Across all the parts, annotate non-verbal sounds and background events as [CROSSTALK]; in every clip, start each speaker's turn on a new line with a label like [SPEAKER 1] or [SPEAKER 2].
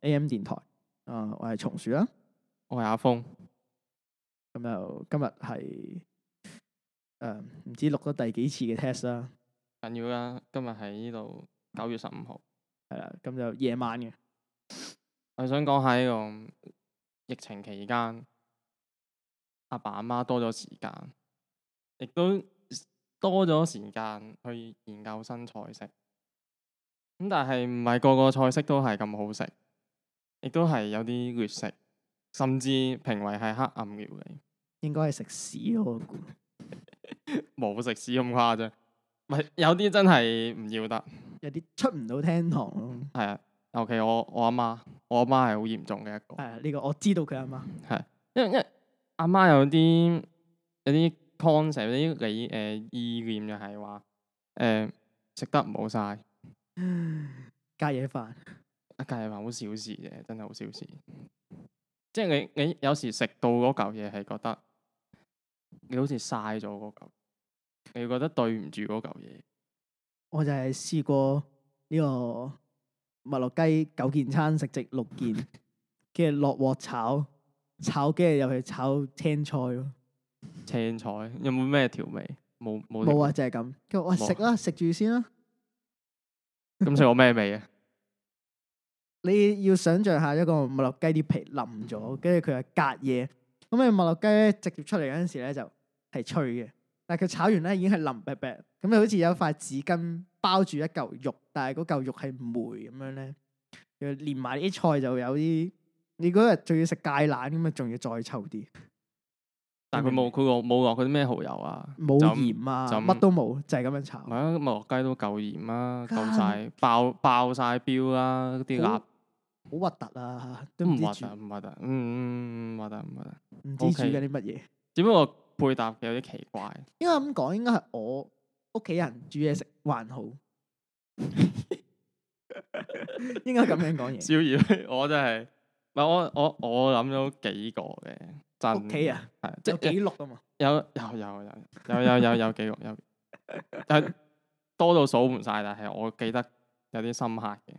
[SPEAKER 1] A.M. 電台。啊、我係松鼠啦。
[SPEAKER 2] 我係阿峰，
[SPEAKER 1] 咁就今日係誒唔知錄咗第幾次嘅 test 啦，
[SPEAKER 2] 緊要啦。今日喺呢度九月十五號，
[SPEAKER 1] 係啦，咁就夜晚嘅，
[SPEAKER 2] 我想講喺呢個疫情期間，阿爸阿媽多咗時間，亦都多咗時間去研究新菜式。咁但係唔係個個菜式都係咁好食，亦都係有啲劣食，甚至評為係黑暗料理。
[SPEAKER 1] 應該係食屎我估。
[SPEAKER 2] 冇食屎咁誇張，唔係有啲真係唔要得，
[SPEAKER 1] 有啲出唔到廳堂咯。
[SPEAKER 2] 係啊。尤其我我阿媽，我阿媽係好嚴重嘅一個。
[SPEAKER 1] 係啊呢個我知道佢阿媽
[SPEAKER 2] 因為因為阿媽有啲有啲 concept 有啲理誒、呃意念就係話誒食得唔好晒，
[SPEAKER 1] 隔夜飯，
[SPEAKER 2] 一家人好小事嘅，真係好小事。即係你你有時食到嗰嚿嘢係覺得你好似嘥咗嗰嚿，你會覺得對唔住嗰嚿嘢。
[SPEAKER 1] 我就係試過呢個麥樂雞九件餐食剩六件，跟住落鑊炒，炒跟住又去炒青菜咯。
[SPEAKER 2] 青菜有冇咩調味？冇冇調
[SPEAKER 1] 冇
[SPEAKER 2] 味
[SPEAKER 1] 啊，就係咁。跟住我
[SPEAKER 2] 冇
[SPEAKER 1] 食啦，食住先啦。
[SPEAKER 2] 咁食我咩味啊？
[SPEAKER 1] 你要想象下一個麥樂雞啲皮腍咗，跟住佢係隔夜，咁你麥樂雞咧直接出嚟嗰陣時咧就係脆嘅，但係佢炒完咧已經係腍啤啤，咁你好似有一塊紙巾包住一嚿肉，但係嗰嚿肉係梅咁樣咧，又連埋啲菜就有啲，你嗰日仲要食芥蘭咁啊，仲要再臭啲，
[SPEAKER 2] 但係
[SPEAKER 1] [LAUGHS]
[SPEAKER 2] 佢冇佢冇冇落嗰啲咩蠔油啊？
[SPEAKER 1] 冇
[SPEAKER 2] 就咁
[SPEAKER 1] 鹽啊，
[SPEAKER 2] 就咁
[SPEAKER 1] 乜都冇，就係咁樣
[SPEAKER 2] 唔
[SPEAKER 1] 炒
[SPEAKER 2] 係，啊，麥樂雞都夠鹽啦，
[SPEAKER 1] 梗
[SPEAKER 2] 夠晒爆爆晒標啦，啲
[SPEAKER 1] 好
[SPEAKER 2] 臘
[SPEAKER 1] 好核突啊！都
[SPEAKER 2] 都
[SPEAKER 1] 唔
[SPEAKER 2] 唔
[SPEAKER 1] 知
[SPEAKER 2] 核
[SPEAKER 1] 煮
[SPEAKER 2] 突，唔核突，嗯，唔核突，唔核突。
[SPEAKER 1] 唔知煮
[SPEAKER 2] OK
[SPEAKER 1] 緊啲乜嘢。
[SPEAKER 2] 只不過配搭有啲奇
[SPEAKER 1] [LAUGHS]
[SPEAKER 2] 怪，
[SPEAKER 1] 應該咁講，應該係我屋企人煮嘢食還好， [LAUGHS] 應該咁樣講
[SPEAKER 2] [LAUGHS]
[SPEAKER 1] 嘢。
[SPEAKER 2] 逍遙我真係，唔係我我我諗咗幾個嘅，真
[SPEAKER 1] 屋企啊，
[SPEAKER 2] 係即
[SPEAKER 1] 有幾
[SPEAKER 2] 係
[SPEAKER 1] 碌啊嘛，
[SPEAKER 2] 有 [LAUGHS] 有有有有有有有幾個有，但係多到數唔晒，但係我記得有啲深刻嘅，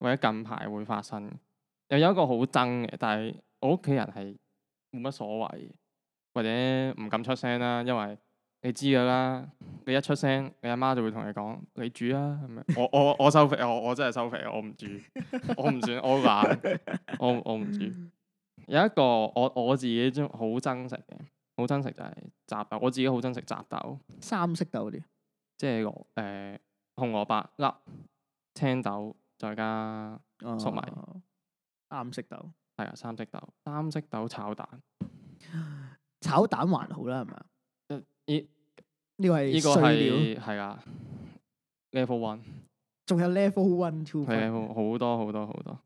[SPEAKER 2] 或者近排會發生嘅。又有一個好憎嘅，但係我屋企人係冇乜所謂嘅，或者唔敢出聲啦，因為你知噶啦，你一出聲，你阿媽就會同你講你煮啊咁樣。我我我收肥，我我真係收肥，我唔煮，我唔算，我好懶，我我唔煮。有一個我我自己中好憎食嘅，好憎食就係雜豆，我自己好憎食雜豆，
[SPEAKER 1] 三色豆啲，
[SPEAKER 2] 即係誒、呃、紅蘿蔔粒、青豆再加粟米
[SPEAKER 1] 哦三色豆
[SPEAKER 2] 係啊三色豆，三色豆炒蛋。
[SPEAKER 1] 炒蛋還好啦，係咪啊？
[SPEAKER 2] 呃呢
[SPEAKER 1] 呢個
[SPEAKER 2] 呢
[SPEAKER 1] 係
[SPEAKER 2] 個
[SPEAKER 1] 碎料，
[SPEAKER 2] 係係啊 level one，
[SPEAKER 1] 仲有 level one two
[SPEAKER 2] 係啊
[SPEAKER 1] three。
[SPEAKER 2] level 好多好多好
[SPEAKER 1] [LAUGHS]
[SPEAKER 2] 多。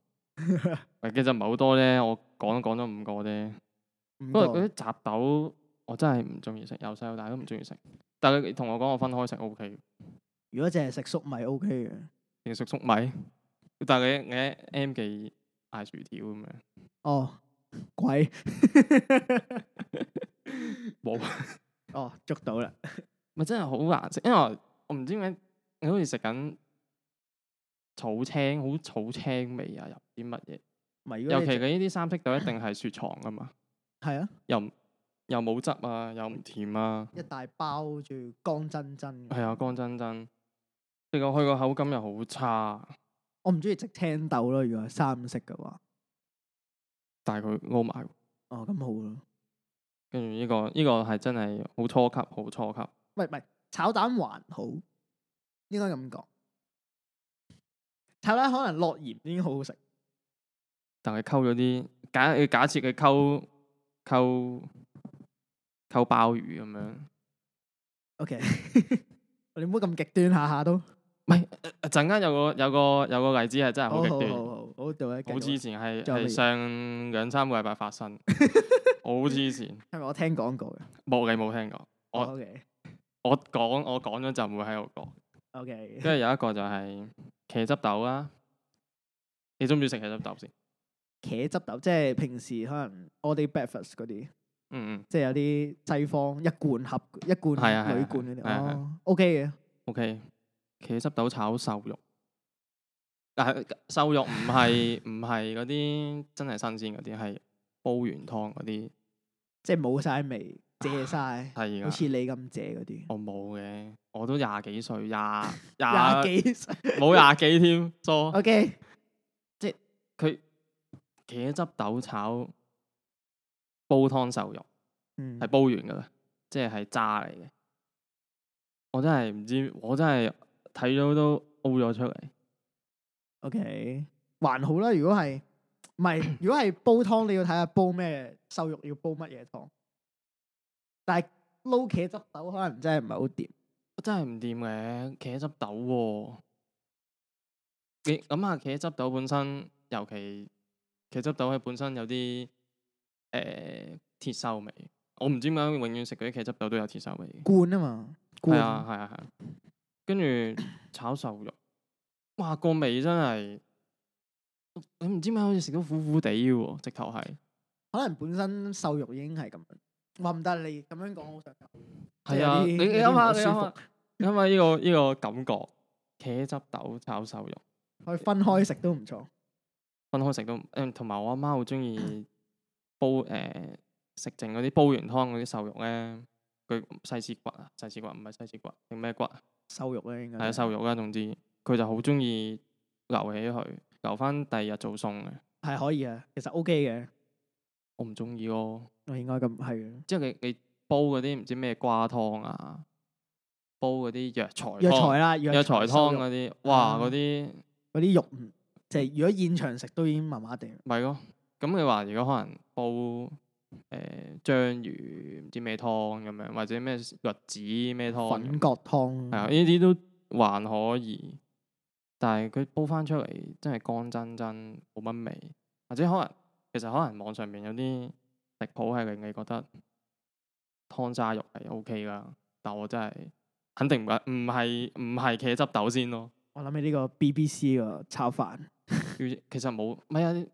[SPEAKER 2] 喂其實唔係好多啫，我講都講咗五個啫。
[SPEAKER 1] 不
[SPEAKER 2] 不過嗰啲雜豆我真係唔中意食，由細到大都唔中意食。但係你同我講我分開食 O K
[SPEAKER 1] 如果淨係食粟米 OK 嘅，
[SPEAKER 2] 你食粟米，但係你你喺 M 記嗌薯條咁樣，
[SPEAKER 1] 哦鬼
[SPEAKER 2] 冇 [LAUGHS]
[SPEAKER 1] 哦捉到啦，
[SPEAKER 2] 咪真係好難食，因為我我唔知點解你好似食緊草青，好草青味啊，入啲乜嘢？
[SPEAKER 1] 咪如果
[SPEAKER 2] 尤
[SPEAKER 1] 你
[SPEAKER 2] 其
[SPEAKER 1] 淨
[SPEAKER 2] 你呢啲三色豆一定係雪藏噶嘛，
[SPEAKER 1] 係啊，
[SPEAKER 2] 又唔又冇汁啊，又唔甜啊，
[SPEAKER 1] 一大包住乾真真嘅，
[SPEAKER 2] 係啊，乾真真，你個佢個口感又好差，
[SPEAKER 1] 我唔中意食青豆咯，如果係三色嘅話，
[SPEAKER 2] 但係佢撈埋，
[SPEAKER 1] 哦咁好咯。
[SPEAKER 2] 跟住呢個呢個係真係好初級，好初級。
[SPEAKER 1] 唔係唔係，炒蛋還好，應該咁講。炒蛋可能落鹽已經好好食，
[SPEAKER 2] 但係溝咗啲假你假設佢溝溝溝鮑魚咁樣，
[SPEAKER 1] OK，你唔好咁極端，下下都
[SPEAKER 2] 啊陣間有個有個有個例子係真係好
[SPEAKER 1] 好哦
[SPEAKER 2] 極
[SPEAKER 1] 好
[SPEAKER 2] 端，
[SPEAKER 1] 好好好做一
[SPEAKER 2] 好
[SPEAKER 1] 好
[SPEAKER 2] 黐線，係
[SPEAKER 1] 仲有乜嘢
[SPEAKER 2] 係上兩三個禮拜
[SPEAKER 1] [LAUGHS]
[SPEAKER 2] 發生，好黐線，
[SPEAKER 1] 係咪我聽講過嘅
[SPEAKER 2] 冇你冇聽過，我
[SPEAKER 1] ？OK
[SPEAKER 2] 我講我講咗就唔會喺度講。
[SPEAKER 1] OK，
[SPEAKER 2] 跟住有一個就係茄汁豆啦，你中唔中意食茄汁豆先？
[SPEAKER 1] 茄汁豆即係平時可能 all day breakfast 嗰啲，
[SPEAKER 2] 嗯嗯
[SPEAKER 1] 即係有啲西方一罐盒一罐
[SPEAKER 2] 係啊係啊
[SPEAKER 1] 鋁罐嗰啲，
[SPEAKER 2] 係啊係啊
[SPEAKER 1] 哦 OK 嘅，
[SPEAKER 2] ，OK，茄汁豆炒瘦肉，但係瘦肉唔
[SPEAKER 1] [LAUGHS]
[SPEAKER 2] 係唔係嗰啲真係新鮮嗰啲，係煲完湯嗰啲
[SPEAKER 1] 即係冇晒味，謝晒，
[SPEAKER 2] 係啊
[SPEAKER 1] 好
[SPEAKER 2] 㗎。
[SPEAKER 1] 似你咁謝嗰啲。
[SPEAKER 2] 我冇嘅，我都廿幾
[SPEAKER 1] [LAUGHS]
[SPEAKER 2] 歲，廿廿
[SPEAKER 1] 廿幾歲
[SPEAKER 2] 冇廿幾添，
[SPEAKER 1] [LAUGHS]
[SPEAKER 2] 多
[SPEAKER 1] ，OK，
[SPEAKER 2] 佢茄汁豆炒煲湯瘦肉
[SPEAKER 1] 嗯
[SPEAKER 2] 係，煲完㗎啦，即係係渣嚟嘅。我真係唔知，我真係睇到都 O 咗出嚟。
[SPEAKER 1] OK，還好啦。如果係唔
[SPEAKER 2] [COUGHS]
[SPEAKER 1] 係？如果係煲湯，你要睇下煲咩瘦肉，要煲乜嘢湯。但係撈茄汁豆可能真係唔係好掂。
[SPEAKER 2] 真係唔掂嘅，茄汁豆喎、你諗下茄汁豆本身，尤其茄汁豆佢本身有啲誒鐵鏽味，我唔知點解永遠食嗰啲茄汁豆都有鐵鏽味嘅。
[SPEAKER 1] 灌啊嘛，
[SPEAKER 2] 係
[SPEAKER 1] 灌
[SPEAKER 2] 啊係啊係啊，跟住炒瘦肉，哇個味真係，你唔知點解好似食到苦苦地嘅喎，直頭係。
[SPEAKER 1] 可能本身瘦肉已經係咁樣。話唔得，你咁樣講好想嘔。
[SPEAKER 2] 係啊，
[SPEAKER 1] 有
[SPEAKER 2] 你
[SPEAKER 1] 啲
[SPEAKER 2] 你
[SPEAKER 1] 有啲唔係
[SPEAKER 2] 諗下，你
[SPEAKER 1] 舒
[SPEAKER 2] 諗下，你諗下呢個呢個感覺，茄汁豆炒瘦肉。
[SPEAKER 1] 可以分開食都唔錯。
[SPEAKER 2] 分開食都誒，同埋我阿媽好中意煲誒、食剩嗰啲煲完湯嗰啲瘦肉咧，佢細絲骨啊，細絲骨唔係細絲骨，定咩骨啊？
[SPEAKER 1] 瘦肉咧應該
[SPEAKER 2] 係啊，瘦肉啦，總之佢就好中意留起佢，留翻第二日做餸嘅。
[SPEAKER 1] 係可以嘅，其實 OK 嘅。
[SPEAKER 2] 我唔中意咯，
[SPEAKER 1] 我應該咁係啊嘅。
[SPEAKER 2] 即係你你煲嗰啲唔知咩瓜湯啊，煲嗰啲藥材
[SPEAKER 1] 藥材
[SPEAKER 2] 湯、
[SPEAKER 1] 啦，
[SPEAKER 2] 藥
[SPEAKER 1] 藥
[SPEAKER 2] 材湯
[SPEAKER 1] 瘦肉
[SPEAKER 2] 嗰啲，哇
[SPEAKER 1] 啊
[SPEAKER 2] 嗰啲
[SPEAKER 1] 嗰啲肉唔，即係如果現場食都已經麻麻地啦。
[SPEAKER 2] 咪咯。咁你話如果可能煲誒、章魚唔知咩湯咁樣，或者咩栗子咩湯咁，
[SPEAKER 1] 粉葛湯
[SPEAKER 2] 係啊，呢啲都還可以。但係佢煲翻出嚟真係乾真真，冇乜味，或者可能其實可能網上面有啲食譜係令你覺得湯渣肉係 O K 啦，但我真係肯定唔係唔係唔係茄汁豆先咯。
[SPEAKER 1] 我諗起呢個 BBC 個炒飯，
[SPEAKER 2] 要其實冇，咪啊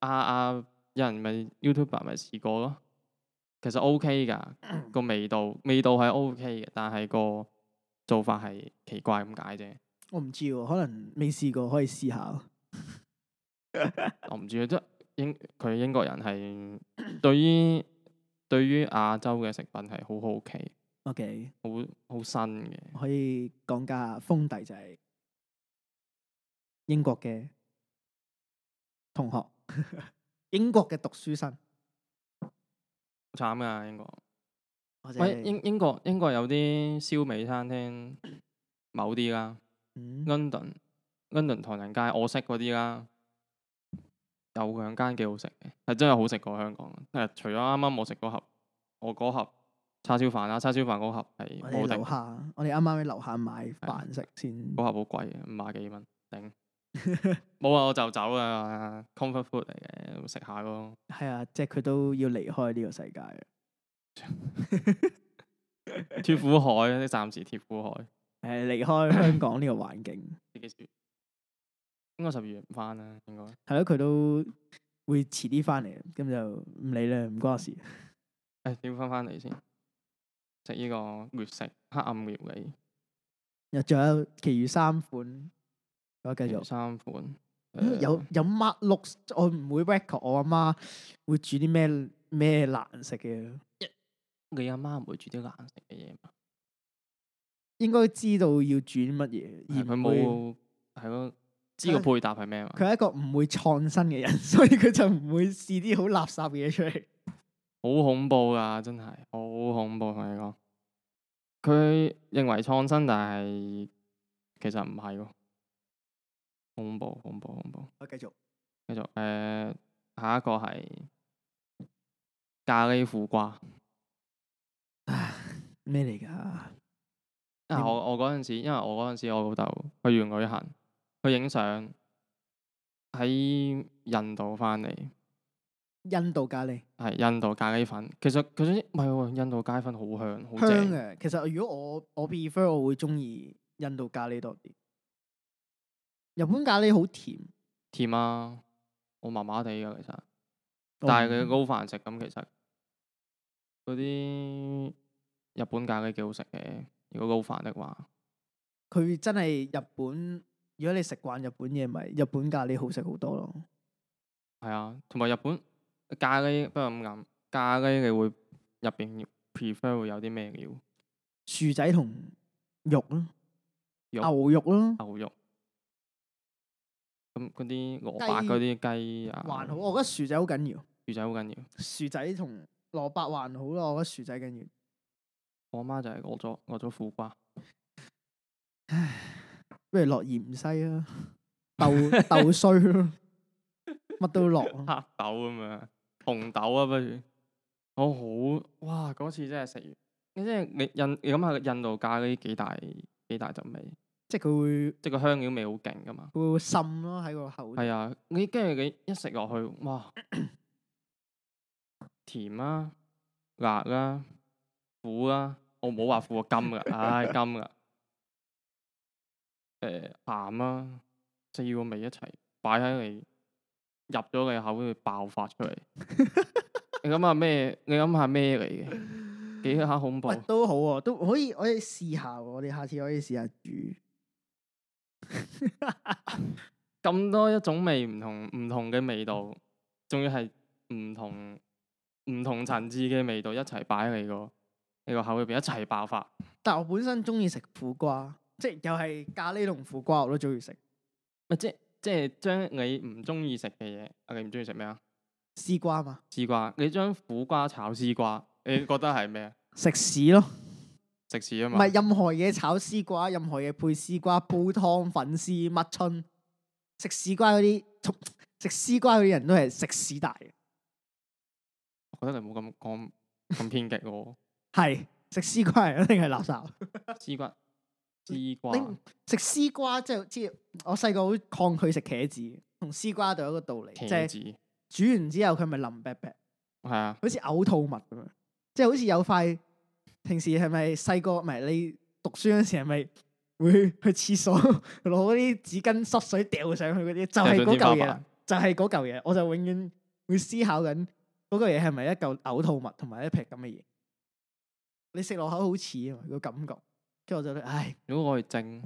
[SPEAKER 2] 啊啊！有人咪 YouTuber 咪試過咯，其實 OK 噶個味道，味道係 OK 嘅，但係個做法係奇怪咁解啫。
[SPEAKER 1] 我唔知喎，可能未試過，可以試下。
[SPEAKER 2] 我唔知啊，即係英佢英國人係對於對於亞洲嘅食品係好好奇，
[SPEAKER 1] [LAUGHS] OK，
[SPEAKER 2] 好好新嘅。
[SPEAKER 1] 可以講解下封底就係英國嘅同學， [LAUGHS] 英國嘅讀書生，
[SPEAKER 2] 好慘啊英國。
[SPEAKER 1] 或者
[SPEAKER 2] 喂，英英國英國有啲燒味餐廳，某啲啦。
[SPEAKER 1] 嗯
[SPEAKER 2] London London 唐人街，我識嗰啲啦，有兩間幾好食嘅，係真係好食過香港。誒，除咗啱啱我食嗰盒，我嗰盒叉燒飯啦，叉燒飯嗰盒係
[SPEAKER 1] 我
[SPEAKER 2] 冇啊
[SPEAKER 1] 哋
[SPEAKER 2] 敵，
[SPEAKER 1] 樓
[SPEAKER 2] 嗰
[SPEAKER 1] 下，我哋啱啱喺樓下買飯食先。
[SPEAKER 2] 盒好貴嘅，五廿幾蚊
[SPEAKER 1] [LAUGHS]
[SPEAKER 2] 頂。冇啊，我就走啦，comfort food 嚟嘅，食下咯。
[SPEAKER 1] 係啊，即係佢都要離開呢個世界啊。
[SPEAKER 2] 脱苦海，你暫時脱苦海，
[SPEAKER 1] 誒，離開香港呢個環境，
[SPEAKER 2] 你幾時？應該十二月唔翻啦，應該。
[SPEAKER 1] 係咯，佢都會遲啲翻嚟，咁就唔理啦，唔關我事。
[SPEAKER 2] 誒，點翻翻嚟先？食呢個月食黑暗料理。
[SPEAKER 1] 又仲有其餘三款，我繼續。
[SPEAKER 2] 三呃款，
[SPEAKER 1] 嗯有有乜六，我唔會 record 我阿媽會煮啲咩咩難食嘅，
[SPEAKER 2] 你阿媽唔會煮啲難食嘅嘢嘛？
[SPEAKER 1] 應該知道要煮啲乜嘢，而
[SPEAKER 2] 而佢
[SPEAKER 1] 唔會。
[SPEAKER 2] 冇係咯，知個
[SPEAKER 1] 佢
[SPEAKER 2] 配搭係咩嘛？
[SPEAKER 1] 佢係一個唔會創新嘅人， [LAUGHS] 所以佢就唔會試啲好垃圾嘅嘢出嚟。
[SPEAKER 2] 好恐怖噶，真係好恐怖同你講。佢認為創新，但係其實唔係喎，恐怖恐怖恐怖。
[SPEAKER 1] 我繼續，
[SPEAKER 2] 繼續誒、呃下一個係咖喱苦瓜
[SPEAKER 1] 咩嚟㗎？
[SPEAKER 2] 啊！
[SPEAKER 1] 點
[SPEAKER 2] 我我嗰陣時，因為我嗰陣時我老豆去完旅行去影相，喺印度翻嚟。
[SPEAKER 1] 印度咖喱
[SPEAKER 2] 係印度咖喱粉，其實其實唔係喎，印度咖喱粉好香，好
[SPEAKER 1] 香
[SPEAKER 2] 正，
[SPEAKER 1] 嘅，其實如果我我 prefer 我會中意印度咖喱多啲。日本咖喱好甜，
[SPEAKER 2] 甜啊！我麻麻地噶其實，
[SPEAKER 1] 哦
[SPEAKER 2] 但係佢
[SPEAKER 1] 個
[SPEAKER 2] 撈飯食咁，其實嗰啲日本咖喱幾好食嘅。如果撈飯的話，
[SPEAKER 1] 佢真係日本如果你食慣日本嘢，咪日本咖喱好食好多咯。
[SPEAKER 2] 係啊，同埋日本咖喱不過咁諗，咖喱你會入邊 prefer 會有啲咩料？
[SPEAKER 1] 薯仔同肉咯，
[SPEAKER 2] 肉
[SPEAKER 1] 牛肉咯，
[SPEAKER 2] 牛肉，咁嗰啲蘿蔔嗰啲雞啊，
[SPEAKER 1] 還好。我覺得薯仔好緊要，
[SPEAKER 2] 魚仔好緊要。
[SPEAKER 1] 薯仔同蘿蔔還好咯，我覺得薯仔緊要。
[SPEAKER 2] 我媽就係攞咗攞咗苦瓜，
[SPEAKER 1] 不如落芫茜啊，豆
[SPEAKER 2] [LAUGHS]
[SPEAKER 1] 豆衰咯，乜都落咯。
[SPEAKER 2] 黑豆咁樣，紅豆啊不如。我好哇！嗰次真係食完，你即係你印你諗下印度咖喱幾大幾大陣味，
[SPEAKER 1] 即係佢會
[SPEAKER 2] 即係個香料味好勁噶嘛。
[SPEAKER 1] 佢會滲咯喺個口度。
[SPEAKER 2] 係啊，你跟住你一食落去，哇，甜啦、辣啦、苦啦、我冇話苦啊，甘噶，唉，甘噶，誒、鹹啦、四個味一齊擺喺你入咗你口，跟住爆發出嚟。你諗下咩？你諗下咩嚟嘅？幾下恐怖
[SPEAKER 1] 喂，都好喎、都可以，我哋試下喎，我哋下次可以試下煮。
[SPEAKER 2] 咁多一種味，唔同唔同嘅味道，仲要係唔同唔同層次嘅味道一齊擺喺你個你個口入邊一齊爆發。
[SPEAKER 1] 但我本身中意食苦瓜，即係又係咖喱同苦瓜我都中意食。
[SPEAKER 2] 咪即即係將你唔中意食嘅嘢，啊你唔中意食咩啊？
[SPEAKER 1] 絲瓜嘛，
[SPEAKER 2] 絲瓜，你將苦瓜炒絲瓜，你覺得係咩啊？ [LAUGHS]
[SPEAKER 1] 食屎咯，
[SPEAKER 2] 食屎啊
[SPEAKER 1] 唔
[SPEAKER 2] 嘛！
[SPEAKER 1] 係任何嘢炒絲瓜，任何嘢配絲瓜，煲湯、粉絲、乜春，食絲瓜嗰啲，食絲瓜嗰啲人都係食屎大嘅，
[SPEAKER 2] 我覺得你冇咁講咁偏激喎。
[SPEAKER 1] 係食絲瓜人一定係垃圾。
[SPEAKER 2] 絲瓜，絲瓜
[SPEAKER 1] 你食絲瓜即係即係我細個好抗拒食茄子，同絲瓜就有一個道理，即
[SPEAKER 2] 茄
[SPEAKER 1] 係
[SPEAKER 2] 子，
[SPEAKER 1] 煮完之後佢咪淋白白。
[SPEAKER 2] 係啊，
[SPEAKER 1] 好似嘔吐物咁樣，即係好似有塊平時係咪細個唔係你讀書嗰時係咪會 [LAUGHS] 去廁所攞嗰啲紙巾濕水掉上去嗰啲，就係
[SPEAKER 2] 掉上
[SPEAKER 1] 嗰
[SPEAKER 2] 天花
[SPEAKER 1] 嚿嘢啦
[SPEAKER 2] 板，
[SPEAKER 1] 就係嗰嚿嘢，我就永遠會思考緊嗰嚿嘢係咪一嚿嘔吐物同埋一劈咁嘅嘢。你食落口好似啊嘛，個感覺，跟住我就覺得唉
[SPEAKER 2] 如果我去蒸，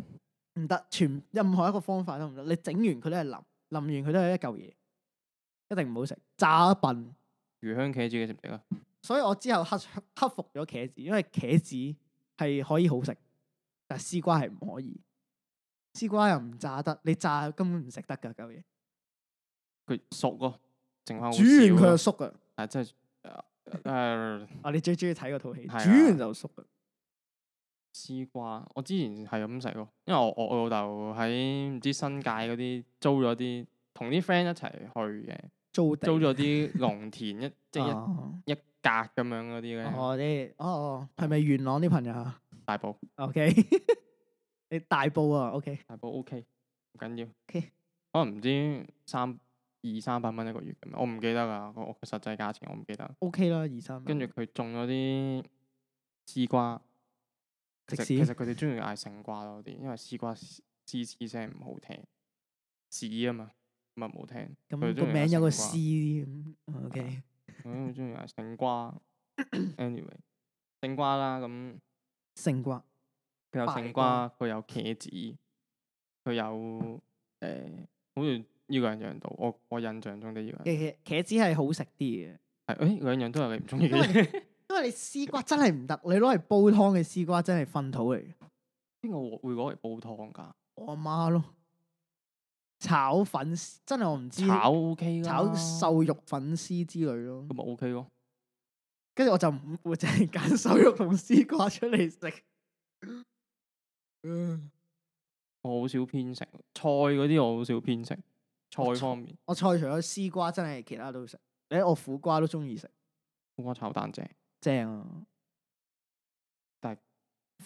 [SPEAKER 1] 唔得，全任何一個方法都唔得，你整完佢都係淋，淋完佢都係一嚿嘢，一定唔好食，炸笨。
[SPEAKER 2] 魚香茄子嘅食唔食啊？
[SPEAKER 1] 所以我之後克克服咗茄子，因為茄子係可以好食，但係絲瓜係唔可以。絲瓜又唔炸得，你炸根本唔食得㗎嚿嘢。
[SPEAKER 2] 佢熟咯，剩翻好
[SPEAKER 1] 煮完佢
[SPEAKER 2] 少
[SPEAKER 1] 就
[SPEAKER 2] 啊咯。
[SPEAKER 1] 縮㗎。
[SPEAKER 2] 係真係呃誒
[SPEAKER 1] 啊，你最中意睇嗰套戲，
[SPEAKER 2] 係啊
[SPEAKER 1] 煮完就縮㗎。
[SPEAKER 2] 絲瓜，我之前係咁食咯，因為我我我老豆喺唔知新界嗰啲租咗啲，同啲 friend 一齊去嘅，
[SPEAKER 1] 租地
[SPEAKER 2] 租咗啲
[SPEAKER 1] [LAUGHS]
[SPEAKER 2] 農田一即係
[SPEAKER 1] 哦
[SPEAKER 2] 一一格咁樣嗰啲咧，
[SPEAKER 1] 哦啲哦哦，係咪元朗啲朋友啊
[SPEAKER 2] 大埔
[SPEAKER 1] ？OK，你大埔啊？OK，
[SPEAKER 2] 大埔 OK 唔緊要
[SPEAKER 1] OK
[SPEAKER 2] 可能唔知三二三百蚊一個月咁樣，我唔記得啦，我我實際價錢我唔記得。
[SPEAKER 1] OK 啦，二三。啊
[SPEAKER 2] 跟住佢種咗啲絲瓜，其
[SPEAKER 1] 食
[SPEAKER 2] 實
[SPEAKER 1] 屎
[SPEAKER 2] 其實佢哋中意嗌勝瓜多啲，因為絲瓜嘶嘶聲唔好聽，屎啊嘛，咁啊唔好聽。
[SPEAKER 1] 咁
[SPEAKER 2] 佢哋鍾
[SPEAKER 1] 個
[SPEAKER 2] 意嗌
[SPEAKER 1] 名有個
[SPEAKER 2] 勝瓜
[SPEAKER 1] C 咁，OK，
[SPEAKER 2] 佢中意嗌
[SPEAKER 1] [COUGHS]
[SPEAKER 2] 勝瓜。anyway，勝瓜啦，咁
[SPEAKER 1] 勝瓜
[SPEAKER 2] 佢有
[SPEAKER 1] 敗
[SPEAKER 2] 勝
[SPEAKER 1] 瓜
[SPEAKER 2] 瓜，佢有茄子，佢有誒、呃好似呢兩樣度。我我印象中的呢兩樣
[SPEAKER 1] 嘅茄子係好食啲嘅。
[SPEAKER 2] 係哎誒兩樣都係你唔中意
[SPEAKER 1] 因為
[SPEAKER 2] [LAUGHS] 嘅嘢。
[SPEAKER 1] 因為你絲瓜真係唔得，你攞嚟煲湯嘅絲瓜真係糞土嚟嘅。
[SPEAKER 2] [LAUGHS] 邊個會攞嚟煲湯㗎？
[SPEAKER 1] 我阿媽咯，炒粉絲真係我唔知
[SPEAKER 2] 炒啊 OK 啦，
[SPEAKER 1] 炒瘦肉粉絲之類咯
[SPEAKER 2] 咁。咪 OK 咯。
[SPEAKER 1] 跟住我就唔會淨係揀瘦肉同絲瓜出嚟食。嗯
[SPEAKER 2] 我好少偏食菜嗰啲，我好少偏食菜方面，
[SPEAKER 1] 我菜除咗絲瓜，真係其他都食。誒，我苦瓜都中意食，
[SPEAKER 2] 苦瓜炒蛋正。 [LAUGHS]
[SPEAKER 1] 正啊！
[SPEAKER 2] 但係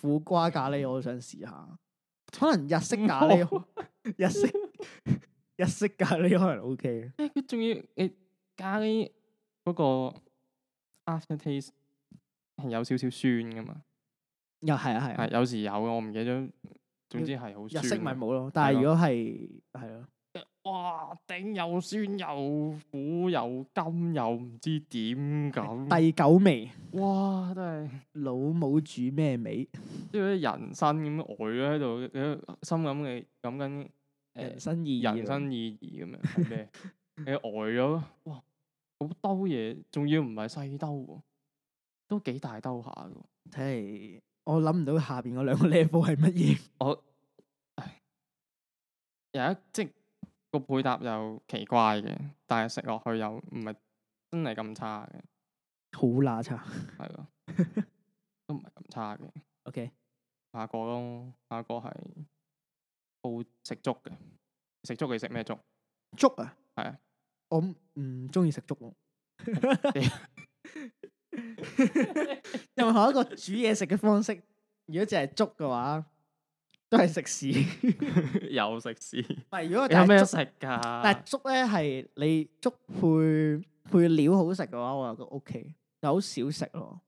[SPEAKER 1] 苦瓜咖
[SPEAKER 2] 嗯
[SPEAKER 1] 喱我都想試下，可能日式咖喱， [LAUGHS] 日
[SPEAKER 2] [LAUGHS]
[SPEAKER 1] 式日式咖喱可能 O K 嘅。
[SPEAKER 2] 哎誒佢仲要你咖喱嗰個 after taste 係有少少酸噶嘛，
[SPEAKER 1] 又係啊係啊
[SPEAKER 2] 係。有時有嘅，我唔記得咗。總之係好
[SPEAKER 1] 日式
[SPEAKER 2] 酸
[SPEAKER 1] 咪
[SPEAKER 2] 嘅。
[SPEAKER 1] 冇咯，但係
[SPEAKER 2] 係咯
[SPEAKER 1] 如果係係咯，
[SPEAKER 2] 哇！頂又酸又苦又甘又唔知點咁。
[SPEAKER 1] 第九味
[SPEAKER 2] 哇！真係
[SPEAKER 1] 老母煮咩味？
[SPEAKER 2] 即係啲人生咁呆咗喺度，你都心諗你諗緊呃
[SPEAKER 1] 人生意義
[SPEAKER 2] 人生意義咁樣係咩？你呆咗咯，哇！好兜嘢，仲要唔係細兜喎，都幾大兜下嘅喎。
[SPEAKER 1] 睇嚟我諗唔到下邊嗰兩個 level 係乜嘢。
[SPEAKER 2] 我唉有一即係個配搭又奇怪嘅，但係食落去又唔係真係咁差嘅，
[SPEAKER 1] 好乸差。
[SPEAKER 2] 係咯，都唔係咁差嘅。
[SPEAKER 1] OK，
[SPEAKER 2] 下個咯，下個係煲食粥嘅，食粥你食咩粥？
[SPEAKER 1] 粥啊，
[SPEAKER 2] 係哦啊，
[SPEAKER 1] 我唔唔中意食粥喎。 [LAUGHS] 任何一個煮嘢食嘅方式，如果淨係粥嘅話，都係食屎。 [LAUGHS] 唔
[SPEAKER 2] [LAUGHS] 有食屎，
[SPEAKER 1] 係，如果
[SPEAKER 2] 有
[SPEAKER 1] 但
[SPEAKER 2] 咩
[SPEAKER 1] 係
[SPEAKER 2] 食
[SPEAKER 1] 粥，
[SPEAKER 2] 㗎？
[SPEAKER 1] 但係粥咧係你粥配配料好食嘅話，我又覺得 OK，但好少食咯。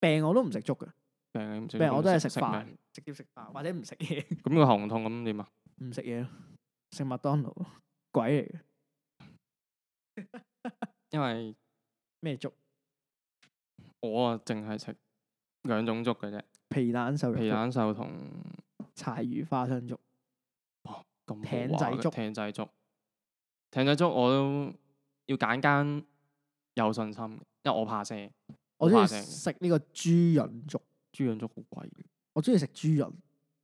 [SPEAKER 1] 病我都唔食粥嘅，
[SPEAKER 2] 病你唔食
[SPEAKER 1] 病我都係食
[SPEAKER 2] 咩啊
[SPEAKER 1] 飯，直接食飯或者唔食嘢， [LAUGHS]
[SPEAKER 2] 咁個喉嚨痛咁點啊？
[SPEAKER 1] 唔食嘢咯，食麥當勞，鬼嚟嘅
[SPEAKER 2] 因為
[SPEAKER 1] 咩粥？
[SPEAKER 2] 我啊，淨係食兩種粥嘅啫，
[SPEAKER 1] 皮蛋瘦肉
[SPEAKER 2] 皮
[SPEAKER 1] 粥、
[SPEAKER 2] 蛋瘦同
[SPEAKER 1] 柴魚花生粥。
[SPEAKER 2] 咁豪
[SPEAKER 1] 艇仔
[SPEAKER 2] 華嘅
[SPEAKER 1] 粥
[SPEAKER 2] 艇仔粥，艇仔粥我都要揀間有信心嘅，因為我怕腥。
[SPEAKER 1] 我中
[SPEAKER 2] 好
[SPEAKER 1] 意
[SPEAKER 2] 下正嘅
[SPEAKER 1] 食呢個豬潤粥，
[SPEAKER 2] 豬潤粥好貴嘅，
[SPEAKER 1] 我中意食豬潤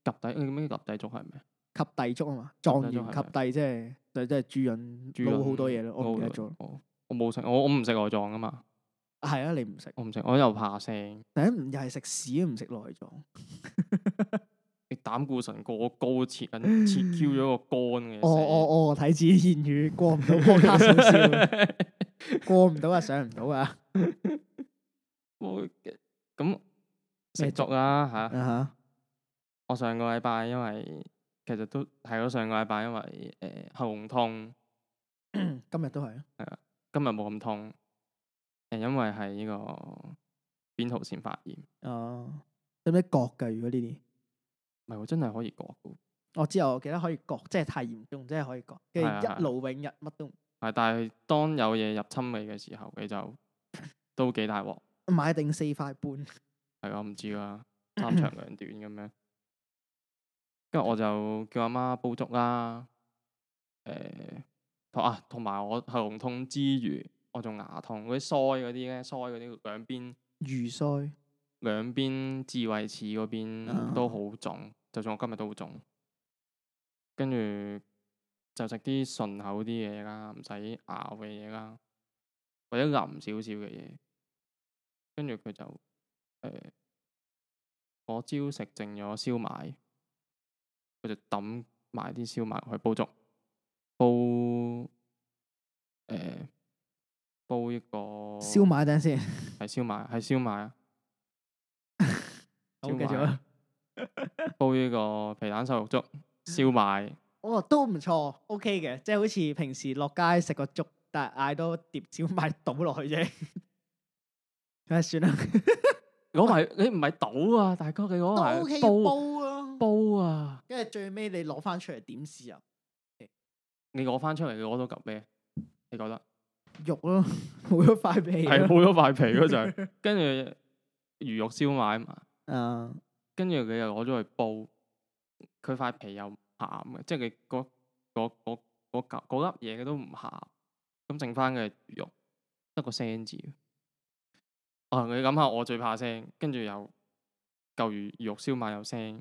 [SPEAKER 2] 及底你咩及底粥係咩？
[SPEAKER 1] 及第粥啊嘛，狀
[SPEAKER 2] 及第粥
[SPEAKER 1] 元及
[SPEAKER 2] 係
[SPEAKER 1] 第即係就即係豬
[SPEAKER 2] 豬
[SPEAKER 1] 潤
[SPEAKER 2] 潤
[SPEAKER 1] 撈好多嘢咯，我唔記得
[SPEAKER 2] 撈
[SPEAKER 1] 咗。
[SPEAKER 2] 我我冇食，我我唔食內臟噶嘛，
[SPEAKER 1] 係啊，你唔食，
[SPEAKER 2] 我唔食，我又怕腥。
[SPEAKER 1] 第一唔又係食屎唔食內臟。
[SPEAKER 2] 你膽固醇過高切緊，切 Q 咗個肝嘅。
[SPEAKER 1] 我我我睇自己言語過
[SPEAKER 2] [LAUGHS]
[SPEAKER 1] 唔到 podcast 好笑，過唔到啊，上唔到啊，
[SPEAKER 2] 我咁
[SPEAKER 1] 咩
[SPEAKER 2] 食粥啦嚇。
[SPEAKER 1] 啊哈
[SPEAKER 2] 我上個禮拜因為其實都係咯，上個禮拜因為誒、呃喉嚨痛，
[SPEAKER 1] 今日都係啊，
[SPEAKER 2] 今日冇咁痛，誒、呃因為係呢個扁桃腺發炎，
[SPEAKER 1] 哦，有咩割㗎？如果呢啲，
[SPEAKER 2] 唔係喎真係可以割嘅喎，
[SPEAKER 1] 我之後我記得可以割，即係太嚴重，即係可以割，跟
[SPEAKER 2] 係啊
[SPEAKER 1] 住
[SPEAKER 2] 係啊
[SPEAKER 1] 一勞永逸乜都唔
[SPEAKER 2] 係但係當有嘢入侵你嘅時候，你就都幾大鑊，
[SPEAKER 1] 買定四塊半，
[SPEAKER 2] 係我唔知啦，三長兩短咁樣，跟住我就叫阿媽煲粥啦，誒、同啊同埋我喉嚨痛之餘，我仲牙痛嗰啲腮嗰啲咧，腮嗰啲兩邊。
[SPEAKER 1] 魚腮
[SPEAKER 2] 兩邊智慧齒嗰邊都好腫，就算我今日都好腫。跟住就食啲順口啲嘢啦，唔使咬嘅嘢啦，或者腍少少嘅嘢。跟住佢就誒、呃我朝食剩咗燒賣，佢就抌埋啲燒賣落去煲粥，煲誒、呃煲一個
[SPEAKER 1] 燒埋等先，
[SPEAKER 2] 係燒賣係燒賣啊！
[SPEAKER 1] 好
[SPEAKER 2] 燒
[SPEAKER 1] 繼續
[SPEAKER 2] 賣
[SPEAKER 1] 啊。
[SPEAKER 2] 煲呢個皮蛋瘦肉粥、燒賣，
[SPEAKER 1] 哦，都唔錯，OK 嘅，即係好似平時落街食個粥，但係嗌多碟燒賣倒落去啫。 [LAUGHS] 唉，算啦，
[SPEAKER 2] 攞埋你唔係倒啊，大哥，你
[SPEAKER 1] 都
[SPEAKER 2] 攞
[SPEAKER 1] OK
[SPEAKER 2] 埋
[SPEAKER 1] 煲
[SPEAKER 2] 煲
[SPEAKER 1] 咯。
[SPEAKER 2] 煲啊，
[SPEAKER 1] 跟住最尾你攞翻出嚟點豉油
[SPEAKER 2] 你攞翻出嚟，你攞到嚿咩？你 [LAUGHS] 覺得
[SPEAKER 1] 肉咯， [LAUGHS] 冇咗塊皮
[SPEAKER 2] 係
[SPEAKER 1] 咯。
[SPEAKER 2] 冇咗塊皮嗰 [LAUGHS] 陣，跟住魚肉燒賣嘛，
[SPEAKER 1] 啊，
[SPEAKER 2] 跟住你又攞咗去煲，佢塊皮又唔鹹嘅，即係你嗰嗰嗰嗰嚿嗰粒嘢都唔鹹，咁剩翻嘅係魚肉得個腥字。啊，你諗下，我最怕腥，跟住又嚿魚魚肉燒賣又腥，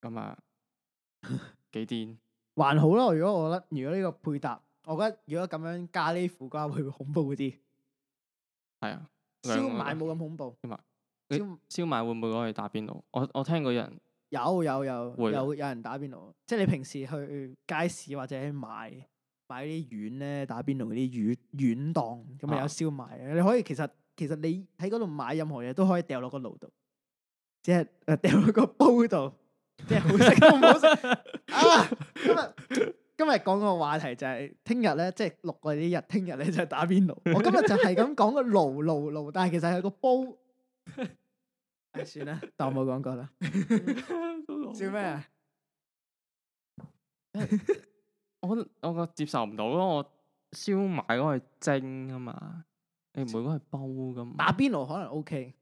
[SPEAKER 2] 咁啊幾癲！
[SPEAKER 1] 還好啦。如果我覺得，如果呢個配搭，我覺得如果咁樣咖喱苦瓜會恐怖啲，
[SPEAKER 2] 係啊，兩
[SPEAKER 1] 燒
[SPEAKER 2] 個
[SPEAKER 1] 賣冇咁恐怖。
[SPEAKER 2] 燒賣你
[SPEAKER 1] 燒
[SPEAKER 2] 燒賣會唔會攞去打邊爐？我我聽過
[SPEAKER 1] [LAUGHS]
[SPEAKER 2] 有人 [LAUGHS]
[SPEAKER 1] 有有有
[SPEAKER 2] 會
[SPEAKER 1] 有有人打邊爐，即係你平時去街市或者買買啲丸咧，打邊爐嗰啲丸丸檔，咁咪有
[SPEAKER 2] 啊
[SPEAKER 1] 燒賣嘅。你可以其實其實你喺嗰度買任何嘢都可以掉落個爐度，即係誒掉落個煲度，即係好食都唔好食啊！今日今日講個話題就係聽日咧，即係錄過呢日，聽日咧就係打邊爐。我今日就係咁講個爐爐爐，但係其實係個煲。唉算啦，當我冇講過啦。笑咩啊？
[SPEAKER 2] 我我個接受唔到咯，我燒賣嗰係蒸啊嘛，你唔會嗰係煲噶嘛？
[SPEAKER 1] 打邊爐可能 OK，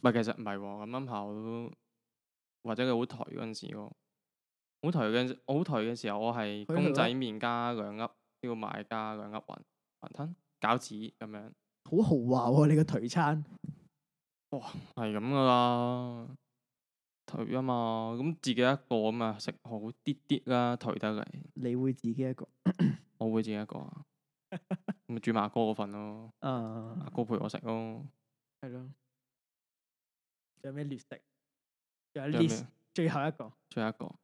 [SPEAKER 2] 唔係其實唔係喎，咁啱下我都或者佢好頹嗰陣時喎，好頹嘅，我好頹嘅時候，我係
[SPEAKER 1] 佢
[SPEAKER 2] 公
[SPEAKER 1] 係
[SPEAKER 2] 仔
[SPEAKER 1] 咯
[SPEAKER 2] 麵加兩粒燒賣加兩粒雲雲吞餃子咁樣，
[SPEAKER 1] 好豪華喎、你個頹餐，
[SPEAKER 2] 係咁噶啦，頹啊嘛，咁自己一個咁啊食好啲啲啦，頹得嚟，
[SPEAKER 1] 你會自己一個
[SPEAKER 2] 我會自己一個啊，咁咪煮埋阿哥嗰份咯，
[SPEAKER 1] 啊
[SPEAKER 2] 阿，哥陪我食咯，
[SPEAKER 1] 係咯。仲有咩劣食？仲有
[SPEAKER 2] 仲有咩
[SPEAKER 1] list 最後一個。
[SPEAKER 2] 最後一個，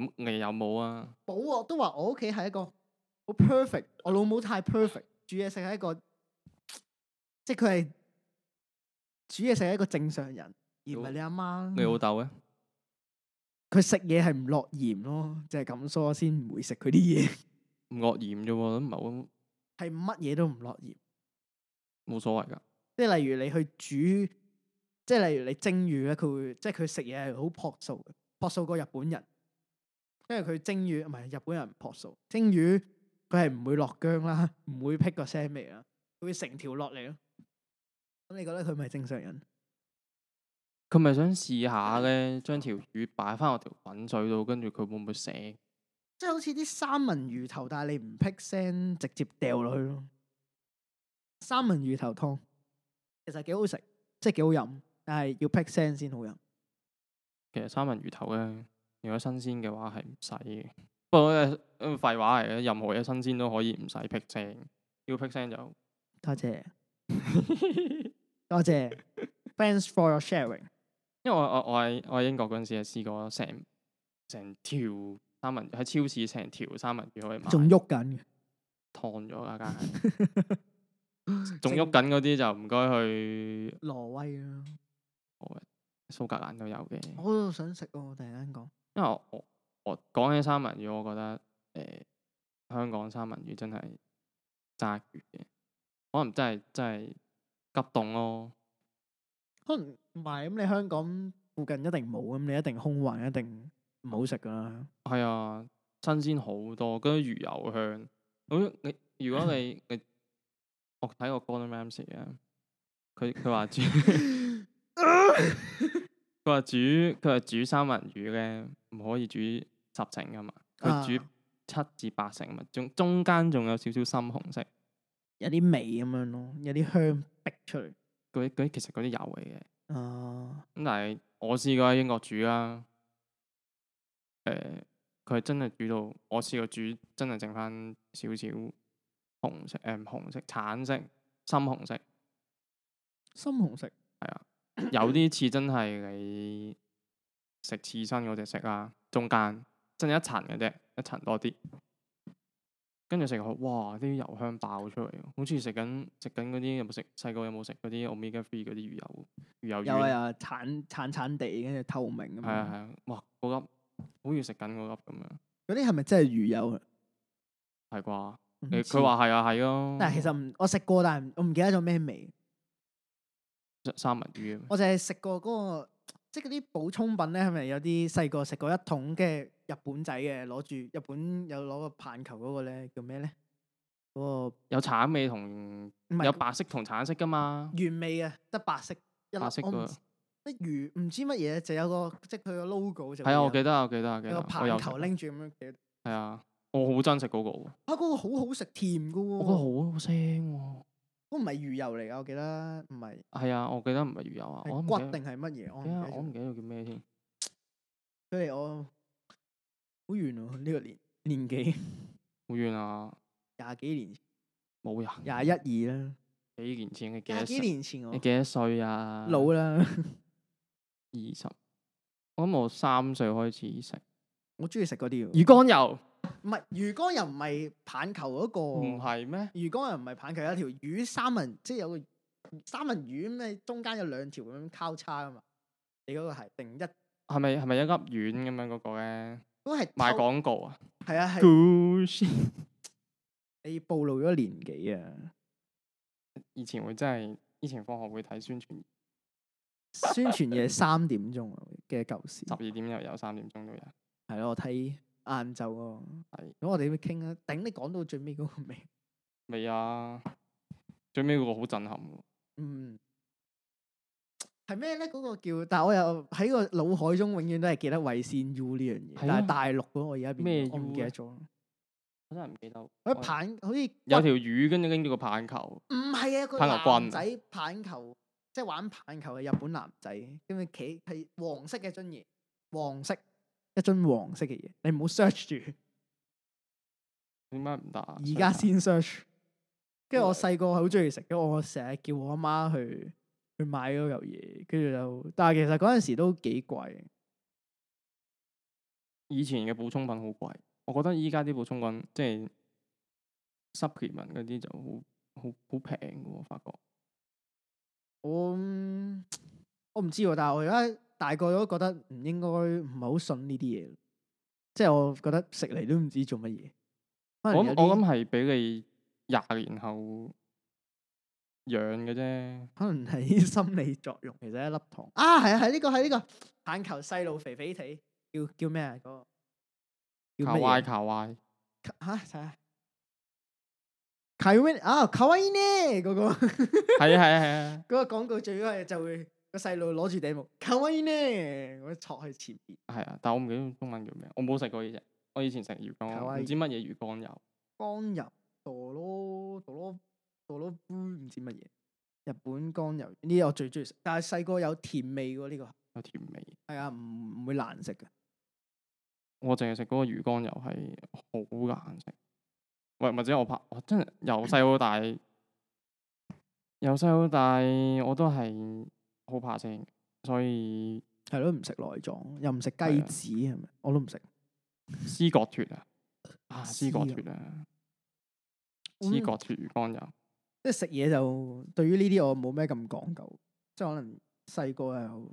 [SPEAKER 2] 咁你有冇啊？
[SPEAKER 1] 冇我都話我屋企係一個好 perfect，我老母太 perfect，煮嘢食係一個，即係佢係煮嘢食係一個正常人，而唔係你阿
[SPEAKER 2] 你老
[SPEAKER 1] 媽。
[SPEAKER 2] 豆咧？
[SPEAKER 1] 佢食嘢係唔落鹽咯，就係咁，所以我先唔會食佢啲嘢，
[SPEAKER 2] 唔落鹽啫喎，都唔係好
[SPEAKER 1] 係乜嘢都唔落鹽。
[SPEAKER 2] 冇所謂㗎。
[SPEAKER 1] 即係例如你去煮，即係例如你蒸魚咧，佢會即係佢食嘢係好樸素嘅，樸素過日本人，因為佢蒸魚唔係日本人唔樸素，蒸魚佢係唔會落薑啦， [LAUGHS] 唔會辟個腥味啦，佢會成條落嚟咯。咁你覺得佢咪正常人？
[SPEAKER 2] 佢咪想試下咧，將條魚擺翻落條滾水度，跟住佢會唔會醒？
[SPEAKER 1] 即係好似啲三文魚頭，但係你唔辟腥，直接掉落去咯。三文魚頭湯其實幾好食，即係幾好飲，但係要辟腥先好飲。
[SPEAKER 2] 其實三文魚頭咧，如果新鮮嘅話係唔使嘅。不過咧，呃廢話嚟嘅，任何嘢新鮮都可以唔使辟腥，要辟腥就
[SPEAKER 1] 多 [LAUGHS] 謝，多謝，thanks for your sharing。
[SPEAKER 2] 因為我我我喺我喺英國嗰陣時係試過成成條三文喺超市成條三文魚可以買，
[SPEAKER 1] 仲喐緊嘅，
[SPEAKER 2] 燙咗啦，梗係仲喐緊嗰啲就唔該去
[SPEAKER 1] 挪威啦，
[SPEAKER 2] 蘇格蘭都有嘅。
[SPEAKER 1] 我都想食喎。突然間講，
[SPEAKER 2] 因為我我我講起三文魚，我覺得誒、呃香港三文魚真係炸魚嘅，可能真係真係急凍咯。
[SPEAKER 1] 可能唔係咁，你香港附近一定冇，咁你一定空運，一定唔好食噶啦。
[SPEAKER 2] 係啊，新鮮好多，跟住魚油香。咁你如果你你我睇過 Gordon Ramsay 嘅，佢佢話煮佢話煮佢話煮三文魚咧，唔可以煮十成噶嘛，佢煮
[SPEAKER 1] 啊
[SPEAKER 2] 七至八成嘛，中中間仲有少少深紅色。
[SPEAKER 1] 有啲味咁樣咯，有啲香逼出嚟。
[SPEAKER 2] 嗰啲嗰啲其實嗰啲油嚟嘅。
[SPEAKER 1] 啊，
[SPEAKER 2] 咁但係我試過喺英國煮啦，誒、佢係真係煮到我試過煮真係剩翻少少紅色誒、唔紅色橙色深紅色，
[SPEAKER 1] 深紅色
[SPEAKER 2] 有啲似真係你食刺身嗰只色啦，中間真係一層嘅啫，一層多啲。跟住食落去，哇！啲油香爆出嚟喎，好似食緊食緊嗰啲有冇食細個有冇食嗰啲 omega three 嗰啲魚油魚油
[SPEAKER 1] 有啊
[SPEAKER 2] 丸
[SPEAKER 1] 有啊，橙橙橙地，跟住透明咁
[SPEAKER 2] 係啊係
[SPEAKER 1] 樣。
[SPEAKER 2] 啊，哇！嗰粒好似食緊嗰粒咁樣，
[SPEAKER 1] 嗰啲係咪真係魚油啊？
[SPEAKER 2] 係啩？
[SPEAKER 1] 唔
[SPEAKER 2] 你
[SPEAKER 1] 知
[SPEAKER 2] 佢，話係啊係咯。
[SPEAKER 1] 但係其實唔，我食過，但係唔我唔記得咗咩味。
[SPEAKER 2] 三三文魚啊嘛
[SPEAKER 1] 我就係食過嗰、個，即係嗰啲補充品咧，係咪有啲細個食過一桶嘅日本仔嘅，攞住日本有攞個棒球嗰個咧，叫咩咧？嗰、個
[SPEAKER 2] 有橙味同
[SPEAKER 1] 唔係
[SPEAKER 2] 有白色同橙色噶嘛？
[SPEAKER 1] 原味嘅，得白色一粒，
[SPEAKER 2] 白色
[SPEAKER 1] 我唔
[SPEAKER 2] 㗎
[SPEAKER 1] 知得魚唔知乜嘢，就有個即係佢個 logo 就
[SPEAKER 2] 係啊，我記
[SPEAKER 1] 得
[SPEAKER 2] 得啊，我記得啊，我記
[SPEAKER 1] 有
[SPEAKER 2] 得
[SPEAKER 1] 個
[SPEAKER 2] 啊。我有
[SPEAKER 1] 棒球
[SPEAKER 2] 食
[SPEAKER 1] 拎住咁樣嘅，
[SPEAKER 2] 係啊，我好憎食嗰個喎，
[SPEAKER 1] 啊嗰、個好好食，甜噶喎、
[SPEAKER 2] 我覺得好腥喎。
[SPEAKER 1] 嗰個唔係魚油嚟㗎，我記得唔係
[SPEAKER 2] 係啊，我記得唔係魚油啊，
[SPEAKER 1] 係
[SPEAKER 2] 我唔
[SPEAKER 1] 骨
[SPEAKER 2] 記得
[SPEAKER 1] 定係乜嘢？我唔
[SPEAKER 2] 哎呀我
[SPEAKER 1] 記
[SPEAKER 2] 唔記得咗叫咩添。
[SPEAKER 1] 得咗，佢哋我好遠喎，呢、個年年紀
[SPEAKER 2] 好遠啊，
[SPEAKER 1] 廿幾年
[SPEAKER 2] 冇呀，
[SPEAKER 1] 廿一二啦，
[SPEAKER 2] 幾年前你幾多
[SPEAKER 1] 啊廿幾
[SPEAKER 2] 歲？
[SPEAKER 1] 年前我
[SPEAKER 2] 你幾多歲啊？
[SPEAKER 1] 老啦。 [LAUGHS]
[SPEAKER 2] 二十，我諗我三歲開始食
[SPEAKER 1] 哦我中意食嗰啲喎
[SPEAKER 2] 魚肝油，
[SPEAKER 1] 唔係魚乾又唔係棒球嗰、個，
[SPEAKER 2] 唔係咩？
[SPEAKER 1] 魚乾又唔係棒球，有條魚三文，即係有個三文魚咁，你中間有兩條咁樣交叉噶嘛？你嗰個係定一，嗰、
[SPEAKER 2] 係咪係咪一粒丸咁樣嗰個咧？
[SPEAKER 1] 個係
[SPEAKER 2] 賣
[SPEAKER 1] 抽
[SPEAKER 2] 廣告啊
[SPEAKER 1] 係啊係，
[SPEAKER 2] g
[SPEAKER 1] 你暴露咗年紀啊！
[SPEAKER 2] 以前會真係，以前放學會睇宣傳，
[SPEAKER 1] 宣傳嘢三點鐘啊嘅舊事，
[SPEAKER 2] 十二點又有，三點鐘都有。
[SPEAKER 1] 係咯，我睇晏晝喎。
[SPEAKER 2] 係
[SPEAKER 1] 咁我哋會傾啊，頂你講到最尾嗰個未？
[SPEAKER 2] 未啊，最尾嗰個好震撼喎。
[SPEAKER 1] 嗯，係咩咧？嗰個叫，但係我又喺個腦海中永遠都係記得惠仙 U 呢樣嘢，
[SPEAKER 2] 係啊
[SPEAKER 1] 但係大陸嗰個我而家變
[SPEAKER 2] 咩
[SPEAKER 1] 咗我
[SPEAKER 2] U
[SPEAKER 1] 唔記
[SPEAKER 2] 啊
[SPEAKER 1] 得咗。
[SPEAKER 2] 我真係唔記得。
[SPEAKER 1] 佢
[SPEAKER 2] 我
[SPEAKER 1] 棒好似
[SPEAKER 2] 有條魚跟住拎住個棒球，
[SPEAKER 1] 唔係啊，個
[SPEAKER 2] 棒球棍
[SPEAKER 1] 男仔棒球即係玩棒球嘅日本男仔，跟住企係黃色嘅樽嘢，黃色一樽黃色嘅嘢，你唔好 search 住，
[SPEAKER 2] 點解唔得啊？
[SPEAKER 1] 而家先 search。跟住我
[SPEAKER 2] 因
[SPEAKER 1] 細個係好中意食，跟住我成日叫我阿媽去去買嗰嚿嘢，跟住就，但係其實嗰陣時都幾貴，
[SPEAKER 2] 以前嘅補充品好貴，我覺得依家啲補充品即係 supplement 嗰啲就好好好平嘅喎，發覺。
[SPEAKER 1] 我嗯我唔知喎，但係我而家大個咗，覺得唔應該唔係好信呢啲嘢，即係我覺得食嚟都唔知做乜嘢。可
[SPEAKER 2] 我
[SPEAKER 1] 能有
[SPEAKER 2] 諗
[SPEAKER 1] 啲
[SPEAKER 2] 我諗係俾你廿年後養嘅啫。
[SPEAKER 1] 可能係啲心理作用，其實一粒糖啊，係啊，係呢、個係呢、個棒球細路肥肥地，叫叫咩啊？嗰、個叫
[SPEAKER 2] 卡
[SPEAKER 1] 咩
[SPEAKER 2] 哇
[SPEAKER 1] 嘢？啊
[SPEAKER 2] 卡哇，
[SPEAKER 1] 嚇睇下，卡哇伊啊，卡哇伊呢？嗰、個
[SPEAKER 2] 係啊係啊係啊，
[SPEAKER 1] 嗰個廣告最嗰係就會個細路攞住頂帽，卡哇伊呢？咁樣戳去前邊，
[SPEAKER 2] 係啊！但我唔記得中文叫咩，我冇食過呢只。我以前食魚
[SPEAKER 1] 卡哇
[SPEAKER 2] 乾，
[SPEAKER 1] 伊
[SPEAKER 2] 唔知乜嘢魚乾有。
[SPEAKER 1] 乾油陀螺陀螺陀螺杯唔知乜嘢，日本乾油呢啲我最中意食，但係細個有甜味喎呢、個
[SPEAKER 2] 有甜味。
[SPEAKER 1] 係啊，唔唔會難食嘅。
[SPEAKER 2] 我淨係食嗰個魚乾油係好難食。喂，或者我拍，我真係由細到大，由細到大我都係好怕腥，所以
[SPEAKER 1] 係咯，唔食內臟，又唔食
[SPEAKER 2] 係
[SPEAKER 1] 雞
[SPEAKER 2] 啊
[SPEAKER 1] 子，係咪？我都唔食。
[SPEAKER 2] 思覺脱啊，啊思覺
[SPEAKER 1] 絲啊
[SPEAKER 2] 脱啊，思覺
[SPEAKER 1] 嗯
[SPEAKER 2] 脱魚乾油。
[SPEAKER 1] 即係食嘢就對於呢啲我冇咩咁講究，即係可能細個又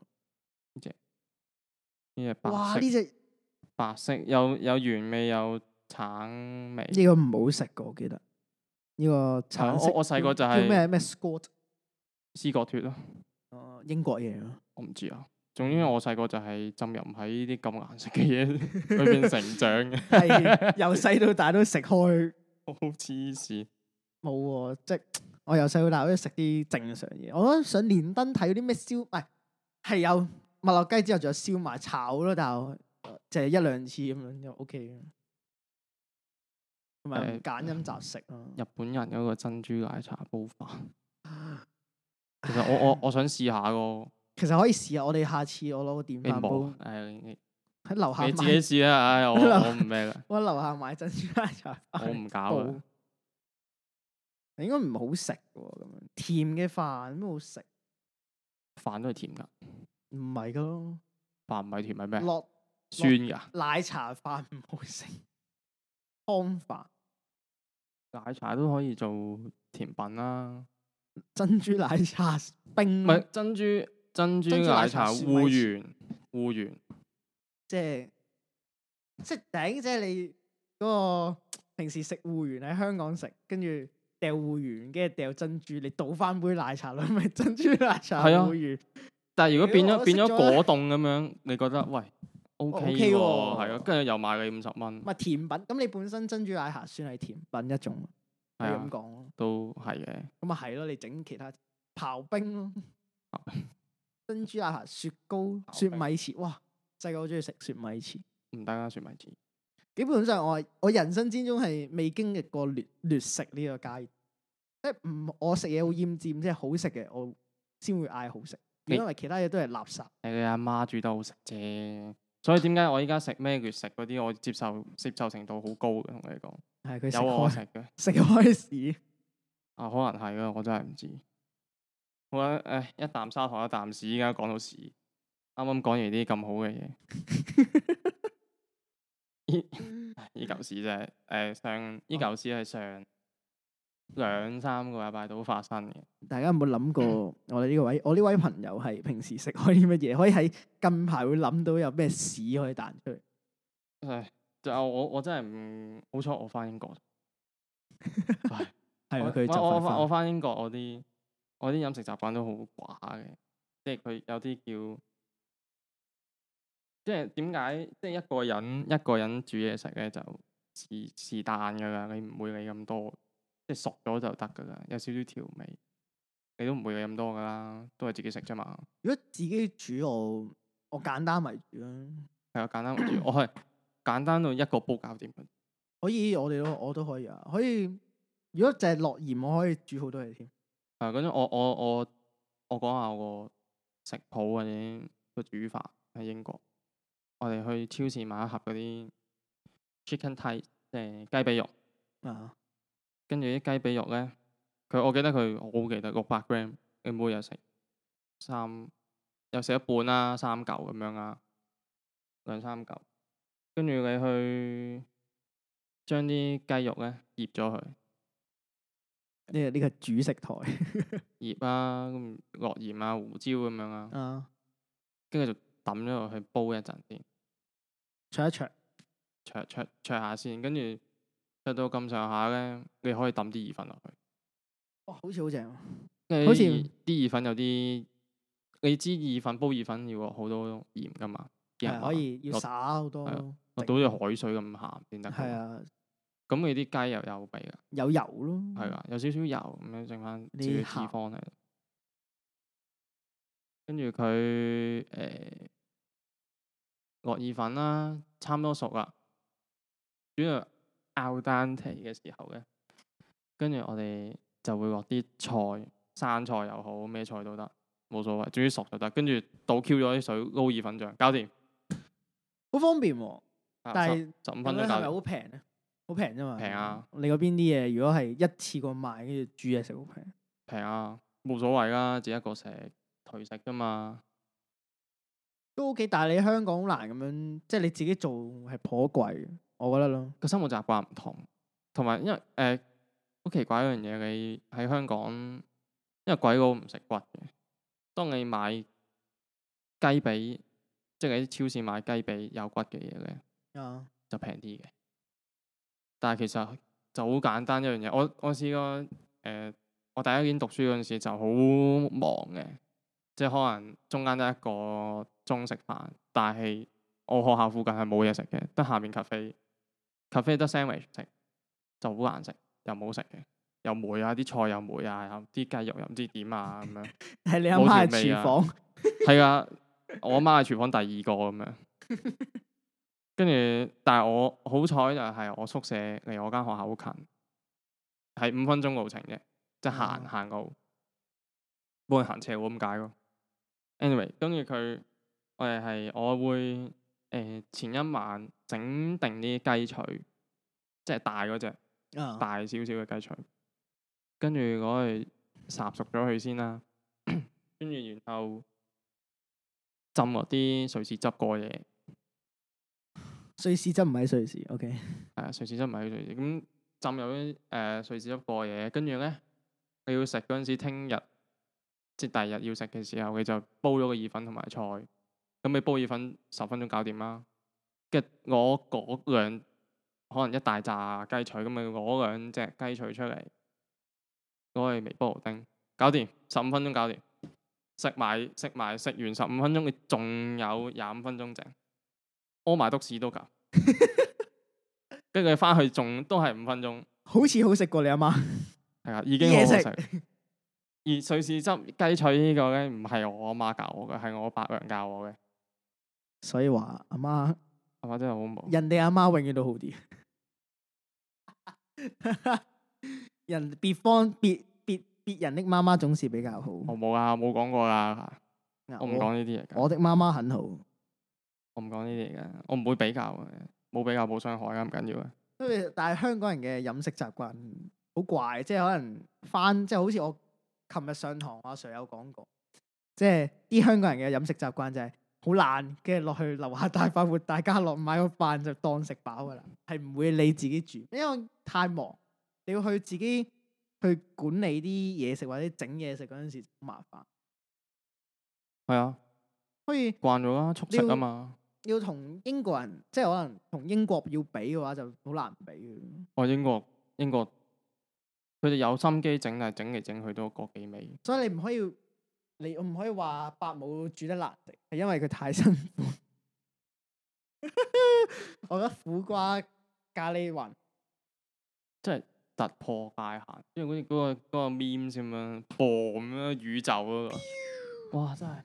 [SPEAKER 2] 呢只白
[SPEAKER 1] 哇
[SPEAKER 2] 色
[SPEAKER 1] 呢只
[SPEAKER 2] 白色有有原味有橙味。
[SPEAKER 1] 呢個唔好食嘅，我記得呢個
[SPEAKER 2] 係啊
[SPEAKER 1] 橙
[SPEAKER 2] 我
[SPEAKER 1] 色
[SPEAKER 2] 我細個就
[SPEAKER 1] 叫
[SPEAKER 2] 係
[SPEAKER 1] 叫咩咩 Scott，
[SPEAKER 2] 思覺脱咯，
[SPEAKER 1] 哦英國嘢咯，
[SPEAKER 2] 我唔知啊。總之我細個就係浸淫喺呢啲咁顏色嘅嘢裏邊成長嘅，
[SPEAKER 1] 係由細到大都食開
[SPEAKER 2] 好黐線。
[SPEAKER 1] 冇喎，即係我由細到大都食啲正常嘢。我覺得想連登睇嗰啲咩燒，唔係係有麥樂雞之後仲有燒賣炒咯，但係我呃就係一兩次咁樣就 OK 嘅。同埋唔
[SPEAKER 2] 誒
[SPEAKER 1] 揀飲擇食咯。
[SPEAKER 2] 日本人嗰個珍珠奶茶煲飯，其實我我我想試下 [LAUGHS] 個，
[SPEAKER 1] 其實可以試下，我哋下次我攞個電
[SPEAKER 2] 你
[SPEAKER 1] 飯
[SPEAKER 2] 冇
[SPEAKER 1] 煲
[SPEAKER 2] 啊，誒你 [LAUGHS] 你
[SPEAKER 1] 喺樓下
[SPEAKER 2] 你自
[SPEAKER 1] 買，
[SPEAKER 2] 己試啦，哎唉我我唔咩 [LAUGHS] 啦，
[SPEAKER 1] 我喺樓下買珍珠奶茶
[SPEAKER 2] 我
[SPEAKER 1] 飯
[SPEAKER 2] 唔搞
[SPEAKER 1] 煲
[SPEAKER 2] 啦，。
[SPEAKER 1] 應該唔好食喎，咁樣甜嘅飯咩好食？
[SPEAKER 2] 飯都係甜噶，
[SPEAKER 1] 唔係噶咯，
[SPEAKER 2] 飯唔係甜係咩？
[SPEAKER 1] 落
[SPEAKER 2] 酸噶，
[SPEAKER 1] 奶茶飯唔好食，湯飯。
[SPEAKER 2] 奶茶都可以做甜品啦，
[SPEAKER 1] 珍珠奶茶
[SPEAKER 2] 唔
[SPEAKER 1] 冰，
[SPEAKER 2] 係珍珠珍珠
[SPEAKER 1] 珍珠奶
[SPEAKER 2] 奶
[SPEAKER 1] 茶
[SPEAKER 2] 茶
[SPEAKER 1] 雪
[SPEAKER 2] 芋
[SPEAKER 1] 米
[SPEAKER 2] 圓芋圓，
[SPEAKER 1] 即係即係頂，即係你嗰個平時食芋圓喺香港食，跟住掉芋圓，跟住掉珍珠，你倒翻杯奶茶落去，咪珍珠奶茶
[SPEAKER 2] 係啊
[SPEAKER 1] 芋圓。
[SPEAKER 2] 但係如果
[SPEAKER 1] 屌
[SPEAKER 2] 變
[SPEAKER 1] 我
[SPEAKER 2] 咗
[SPEAKER 1] 都
[SPEAKER 2] 變
[SPEAKER 1] 識
[SPEAKER 2] 咗
[SPEAKER 1] 咗哦
[SPEAKER 2] 果凍咁樣，你覺得喂 O K
[SPEAKER 1] OK 喎
[SPEAKER 2] 喎，係啊，跟住又賣你五十蚊，
[SPEAKER 1] 咪甜品，咁你本身珍珠奶茶算係甜品一種，可
[SPEAKER 2] 係
[SPEAKER 1] 以咁
[SPEAKER 2] 啊，
[SPEAKER 1] 講咯。
[SPEAKER 2] 都係嘅，
[SPEAKER 1] 咁咪係咯，你整其他刨冰咯
[SPEAKER 2] 刨，
[SPEAKER 1] 珍珠奶茶雪糕、
[SPEAKER 2] 刨
[SPEAKER 1] 雪
[SPEAKER 2] 冰
[SPEAKER 1] 米糍，哇！細個好中意食雪米糍。
[SPEAKER 2] 唔得啊，雪米糍。
[SPEAKER 1] 基本上我係我人生之中係未經歷過劣劣食呢個階段，即係唔我食嘢好厭尖，即係好食嘅我先會嗌好食，
[SPEAKER 2] 你
[SPEAKER 1] 因為其他嘢都係垃圾。
[SPEAKER 2] 係你阿媽煮得好食啫，所以點解我依家食咩越食嗰啲，我接受接受程度好高嘅，同你講，
[SPEAKER 1] 係佢食
[SPEAKER 2] 有我食
[SPEAKER 1] 開 [LAUGHS]
[SPEAKER 2] 嘅，
[SPEAKER 1] 食開屎，
[SPEAKER 2] 啊可能係啊，我真係唔知。好啦，唉，一啖砂糖一啖屎，依家講到屎，啱啱講完啲咁好嘅嘢，依唉依嚿屎真係，誒上依嚿屎係上兩三個禮拜到發生嘅，
[SPEAKER 1] 大家有冇諗過我哋呢個位？我呢位朋友係平時食開啲乜嘢？可以喺近排會諗到有咩屎可以彈出嚟？
[SPEAKER 2] 唉，就我我真係唔好彩，我翻英國。唉
[SPEAKER 1] 係啊，
[SPEAKER 2] 我
[SPEAKER 1] 佢就
[SPEAKER 2] 我我
[SPEAKER 1] 快
[SPEAKER 2] 返我
[SPEAKER 1] 翻
[SPEAKER 2] 翻英國，我啲我啲飲食習慣都好寡嘅，即係佢有啲叫，即係點解即係一個人一個人煮嘢食咧就是是但噶啦，你唔會理咁多，即係熟咗就得噶啦，有少少調味。你都唔會有咁多噶啦，都係自己食啫嘛。
[SPEAKER 1] 如果自己煮我，我簡單為主啦。
[SPEAKER 2] 係啊，簡單為主，我係簡單到一個煲搞掂嘅。
[SPEAKER 1] 可以，我哋都我都可以啊。可以，如果就係落鹽，我可以煮好多嘢添。
[SPEAKER 2] 係嗰陣啊我我我我講下我個食譜或者個煮法喺英國，我哋去超市買一盒嗰啲 chicken thigh，即係雞髀肉，
[SPEAKER 1] 啊，
[SPEAKER 2] 跟住啲雞髀肉咧，佢我記得佢我好記得六百 gram，你每日食三，又食一半啦，三嚿咁樣啦，兩三嚿，跟住你去將啲雞肉咧醃咗佢。
[SPEAKER 1] 呢個呢個主食台
[SPEAKER 2] 葉啊，咁落鹽啊、胡椒咁樣啊，
[SPEAKER 1] 啊，
[SPEAKER 2] 跟住就抌咗落去煲一陣先，
[SPEAKER 1] 灼一灼
[SPEAKER 2] 灼灼灼下先，跟住灼到咁上下咧，你可以抌啲意粉落去。
[SPEAKER 1] 哇，好似好正喎。
[SPEAKER 2] 跟住
[SPEAKER 1] 好
[SPEAKER 2] 啲
[SPEAKER 1] 似
[SPEAKER 2] 意啲意粉有啲，你知意粉煲意粉要好多鹽噶嘛，啲人
[SPEAKER 1] 係可以要
[SPEAKER 2] 落
[SPEAKER 1] 灑好多
[SPEAKER 2] 啊係啊
[SPEAKER 1] 咯，
[SPEAKER 2] 話倒咗海水咁鹹先得㗎
[SPEAKER 1] 係
[SPEAKER 2] 嘛。
[SPEAKER 1] 啊，
[SPEAKER 2] 咁你啲雞又有味㗎，
[SPEAKER 1] 有油咯，
[SPEAKER 2] 係啊，有少少油咁樣剩翻
[SPEAKER 1] 你
[SPEAKER 2] 少少脂
[SPEAKER 1] 鹹
[SPEAKER 2] 肪喺度。跟住佢誒落意粉啦，差唔多熟啦。主要拗丹提嘅時候咧，跟住我哋就會落啲菜，生菜又好，咩菜都得，冇所謂，總之熟就得。跟住倒 Q 咗啲水，撈意粉醬，搞掂。
[SPEAKER 1] 好方便喎。
[SPEAKER 2] 啊
[SPEAKER 1] 但
[SPEAKER 2] 十
[SPEAKER 1] 係
[SPEAKER 2] 十五
[SPEAKER 1] 咁
[SPEAKER 2] 分
[SPEAKER 1] 樣
[SPEAKER 2] 鐘
[SPEAKER 1] 係咪
[SPEAKER 2] 搞掂。
[SPEAKER 1] 好平咧？好平啫嘛。
[SPEAKER 2] 平啊！
[SPEAKER 1] 你嗰邊啲嘢如果係一次過買，跟住煮嘢食好平。
[SPEAKER 2] 平啊，冇所謂啦，自己一個食，頹食㗎嘛。
[SPEAKER 1] 都 OK，但係你香港好難咁樣，即係你自己做係頗貴嘅，我覺得咯。
[SPEAKER 2] 個生活習慣唔同，同埋因為誒好、呃奇怪一樣嘢，你喺香港，因為鬼佬唔食骨嘅，當你買雞髀，即係你喺超市買雞髀有骨嘅嘢咧，
[SPEAKER 1] 啊，
[SPEAKER 2] 就平啲嘅。但係其實就好簡單一樣嘢，我我試過誒、我第一年讀書嗰陣時就好忙嘅，即係可能中間得一個鐘食飯，但係我學校附近係冇嘢食嘅，得下面 cafe cafe 得 sandwich 食，就好難食，又冇食嘅，又霉啊，啲菜又霉啊，又啲雞肉又唔知點啊咁樣。
[SPEAKER 1] 係你阿媽係
[SPEAKER 2] 冇調味
[SPEAKER 1] 廚
[SPEAKER 2] 啊
[SPEAKER 1] 房，
[SPEAKER 2] 係啊，我阿媽係廚房第二個咁樣，跟住但係我好彩就係我宿舍離我間學校好近，係五分鐘路程啫，即係行
[SPEAKER 1] 哦
[SPEAKER 2] 行路，冇人行斜路咁解咯。anyway，跟住佢我哋係我會誒、呃前一晚整定啲雞腿，即係大嗰只。
[SPEAKER 1] 啊，
[SPEAKER 2] 大少少嘅雞腸，跟住攞去烚熟咗佢先啦， [CLEARS THROAT] 跟住然後浸落啲瑞士汁過夜，
[SPEAKER 1] 瑞士真唔係瑞士，OK。
[SPEAKER 2] 係啊，瑞士汁唔係瑞士，咁浸入啲誒瑞士汁過夜，跟住咧你要食嗰陣時，聽日即係第二日要食嘅時候，你就煲咗個意粉同埋菜，咁你煲意粉十分鐘搞掂啦。跟住我嗰兩可能一大扎雞腿，咁咪攞兩隻雞腿出嚟，攞去微波爐叮，搞掂，十五分鐘搞掂。食埋食埋食完十五分鐘，你仲有廿五分鐘整，屙埋督屎都夠。跟住翻去仲都係五分鐘，
[SPEAKER 1] 好似好食過你阿媽，
[SPEAKER 2] 係啊，已經好
[SPEAKER 1] 嘢
[SPEAKER 2] 好
[SPEAKER 1] 食
[SPEAKER 2] 食。而瑞士汁雞腿呢個咧，唔係我阿媽教我嘅，係我伯娘教我嘅。
[SPEAKER 1] 所以話阿媽，
[SPEAKER 2] 阿媽真係好冇，
[SPEAKER 1] 人哋阿媽永遠都好啲。人別方別別別人的媽媽總是比較好。
[SPEAKER 2] 我冇啊，冇講過啦，
[SPEAKER 1] 嗱
[SPEAKER 2] 我唔講呢啲嘢㗎，
[SPEAKER 1] 我的媽媽很好，
[SPEAKER 2] 我唔講呢啲嘢㗎，我唔會比較嘅，冇比較冇傷害㗎，唔緊要嘅。
[SPEAKER 1] 因為但係香港人嘅飲食習慣好怪，即係可能翻即係好似我琴日上堂阿 Sir 有講過，即係啲香港人嘅飲食習慣就係好懶，跟住落去樓下大快活大家樂買個飯就當食飽㗎啦，係唔會你自己煮，因為太忙，你要去自己去管理啲嘢食或者整嘢食嗰陣時好麻煩，
[SPEAKER 2] 係啊，
[SPEAKER 1] 所以。
[SPEAKER 2] 慣咗啦，速食
[SPEAKER 1] 你要
[SPEAKER 2] 啊嘛。
[SPEAKER 1] 要同英國人，即係可能同英國要比嘅話，就好難比嘅。
[SPEAKER 2] 我英國英國，佢哋有心機整，但係整嚟整去都嗰幾味。
[SPEAKER 1] 所以你唔可以，你唔可以話伯母煮得難食，係因為佢太辛苦。 [LAUGHS] 我覺得苦瓜咖喱雲
[SPEAKER 2] 即係突破界限，因為好似嗰個嗰個 meme 咁樣，b 咁樣宇宙嗰、個，哇真係，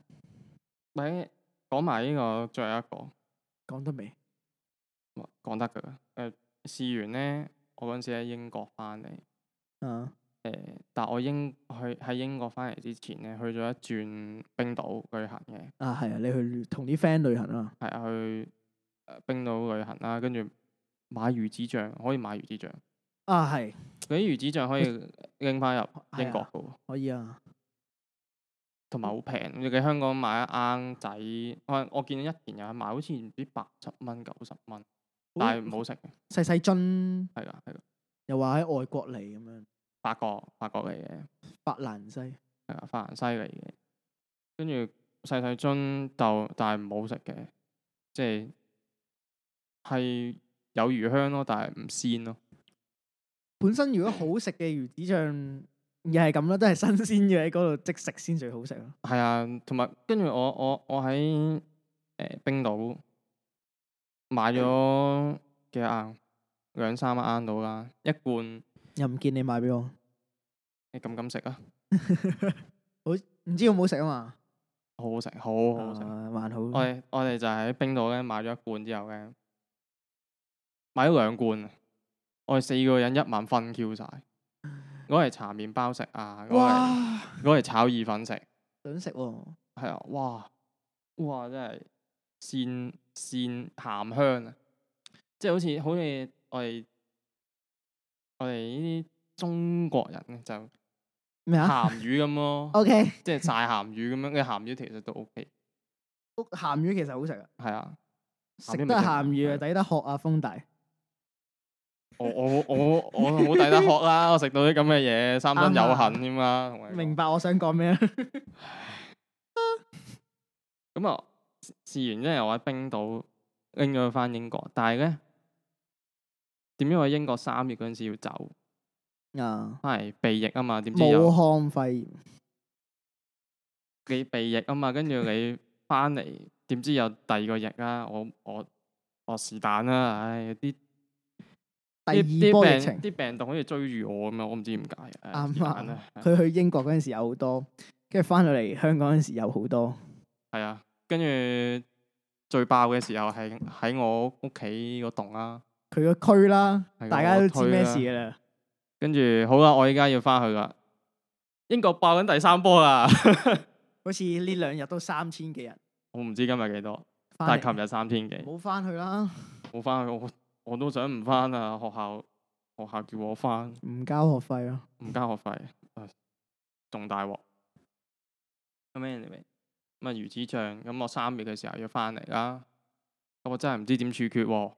[SPEAKER 2] 咪講埋呢個最後一個。
[SPEAKER 1] 講得未？
[SPEAKER 2] 哇講得㗎。誒、呃試完咧，我嗰陣時喺英國翻嚟，誒、
[SPEAKER 1] 啊，
[SPEAKER 2] 但我英去喺英國翻嚟之前咧，去咗一轉冰島旅行嘅，
[SPEAKER 1] 啊係啊，你去同啲 friend 旅行啊？
[SPEAKER 2] 係啊去誒冰島旅行啦，跟住買魚子醬，可以買魚子醬，
[SPEAKER 1] 啊係，
[SPEAKER 2] 嗰啲魚子醬可以拎翻
[SPEAKER 1] 啊
[SPEAKER 2] 入英國㗎喎，
[SPEAKER 1] 可以啊，
[SPEAKER 2] 同埋好平。你喺香港買一盎仔，可能我見一件有得賣，好似唔知八十蚊、九十蚊，但係唔好食嘅，
[SPEAKER 1] 細細樽，
[SPEAKER 2] 係㗎係㗎，
[SPEAKER 1] 又話喺外國嚟咁樣，
[SPEAKER 2] 法國法國嚟嘅。
[SPEAKER 1] 法蘭西
[SPEAKER 2] 係啊，法蘭西嚟嘅。跟住細細樽就，但係唔好食嘅，即係係有魚香咯，但係唔鮮咯。
[SPEAKER 1] 本身如果好食嘅魚子醬，又係咁啦，都係新鮮嘅喺嗰度即食先最好食咯。
[SPEAKER 2] 係啊，同埋跟住我我我喺誒、呃冰島買咗幾盎兩三盎到啦，一罐
[SPEAKER 1] 又唔見你買俾我，
[SPEAKER 2] 你敢唔敢食啊？
[SPEAKER 1] 唔知好唔好食啊嘛？
[SPEAKER 2] 好好食，好好食。
[SPEAKER 1] 啊還好。
[SPEAKER 2] 我哋我哋就喺冰島咧買咗一罐之後咧，買咗兩罐啊！我哋四個人一晚分 Q 晒，攞嚟搽麵包食啊，攞嚟
[SPEAKER 1] 哇，
[SPEAKER 2] 攞嚟炒意粉食，
[SPEAKER 1] 想食喎！
[SPEAKER 2] 係啊，哇哇真係鮮鮮鹹香啊！即係好似好似我哋我哋呢啲中國人咧就
[SPEAKER 1] 咩啊
[SPEAKER 2] 鹹魚
[SPEAKER 1] [LAUGHS]
[SPEAKER 2] 咁咯，
[SPEAKER 1] ？O K，
[SPEAKER 2] 即係曬鹹魚咁樣嘅鹹魚其實都 OK，
[SPEAKER 1] 鹹魚其實好食啊，
[SPEAKER 2] 係啊。
[SPEAKER 1] 食
[SPEAKER 2] 鹹魚咪
[SPEAKER 1] 得
[SPEAKER 2] 正
[SPEAKER 1] 鹹魚啊，
[SPEAKER 2] 係
[SPEAKER 1] 抵得渴啊，風大。
[SPEAKER 2] 我我我我好抵得學
[SPEAKER 1] [LAUGHS]
[SPEAKER 2] 啦！我食到啲咁嘅嘢，三分有痕添啦。同你講
[SPEAKER 1] 啊明白我想講咩
[SPEAKER 2] [LAUGHS]
[SPEAKER 1] 啊？
[SPEAKER 2] 咁啊，試完之後我喺冰島拎咗佢翻英國，但係咧點知我喺英國三月嗰陣時要走，
[SPEAKER 1] 啊，
[SPEAKER 2] 翻嚟避疫啊嘛，點知
[SPEAKER 1] 武
[SPEAKER 2] 又
[SPEAKER 1] 漢肺炎
[SPEAKER 2] 你避疫啊嘛，跟住你翻嚟點知有第二個疫啦，我我我是但啦，唉啲
[SPEAKER 1] 第
[SPEAKER 2] 啲
[SPEAKER 1] 二波疫
[SPEAKER 2] 啲
[SPEAKER 1] 情
[SPEAKER 2] 病，啲病毒好似追住我咁樣，我唔知點解。啊唉
[SPEAKER 1] 啱啊
[SPEAKER 2] 是但
[SPEAKER 1] 啱
[SPEAKER 2] 啦唉
[SPEAKER 1] 佢去英國嗰陣時有好多，跟住翻到嚟香港嗰陣時有好多。
[SPEAKER 2] 係啊，跟住最爆嘅時候係喺我屋企嗰棟啦，
[SPEAKER 1] 佢個區啦，
[SPEAKER 2] 係
[SPEAKER 1] 大家都
[SPEAKER 2] 我
[SPEAKER 1] 知
[SPEAKER 2] 區
[SPEAKER 1] 咩
[SPEAKER 2] 啦
[SPEAKER 1] 事噶啦。
[SPEAKER 2] 跟住好啦，我依家要翻去啦。英國爆緊第三波啦，
[SPEAKER 1] 好似呢兩日都三千幾人
[SPEAKER 2] 我唔知今日幾多，但
[SPEAKER 1] 翻
[SPEAKER 2] 係
[SPEAKER 1] 嚟，
[SPEAKER 2] 琴日三千幾，
[SPEAKER 1] 冇翻去啦，
[SPEAKER 2] 冇翻去，我我都想唔翻啊！學校學校叫我翻，
[SPEAKER 1] 唔交學費咯。
[SPEAKER 2] 唔交學費，唉仲大鑊。咁 anyway，咁啊魚子醬，咁我三月嘅時候要翻嚟啦，咁我真係唔知點處決喎、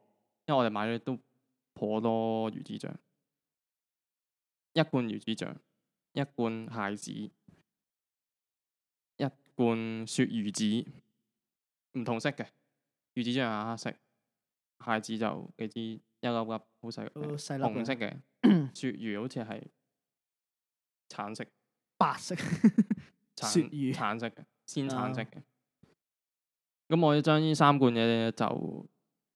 [SPEAKER 2] 因為我哋買咗都頗多魚子醬，一罐魚子醬，一罐蟹子，一罐雪魚子，唔同色嘅，魚子醬係黑色，蟹子就你知一粒粒好細，
[SPEAKER 1] 都細粒嘅
[SPEAKER 2] 紅
[SPEAKER 1] [CLEARS THROAT]
[SPEAKER 2] 色嘅雪魚好似係橙色。
[SPEAKER 1] 白色 [LAUGHS]
[SPEAKER 2] 橙
[SPEAKER 1] 鱈魚
[SPEAKER 2] 橙色嘅，鮮
[SPEAKER 1] 啊
[SPEAKER 2] 橙色嘅。咁、我將呢三罐嘢咧，就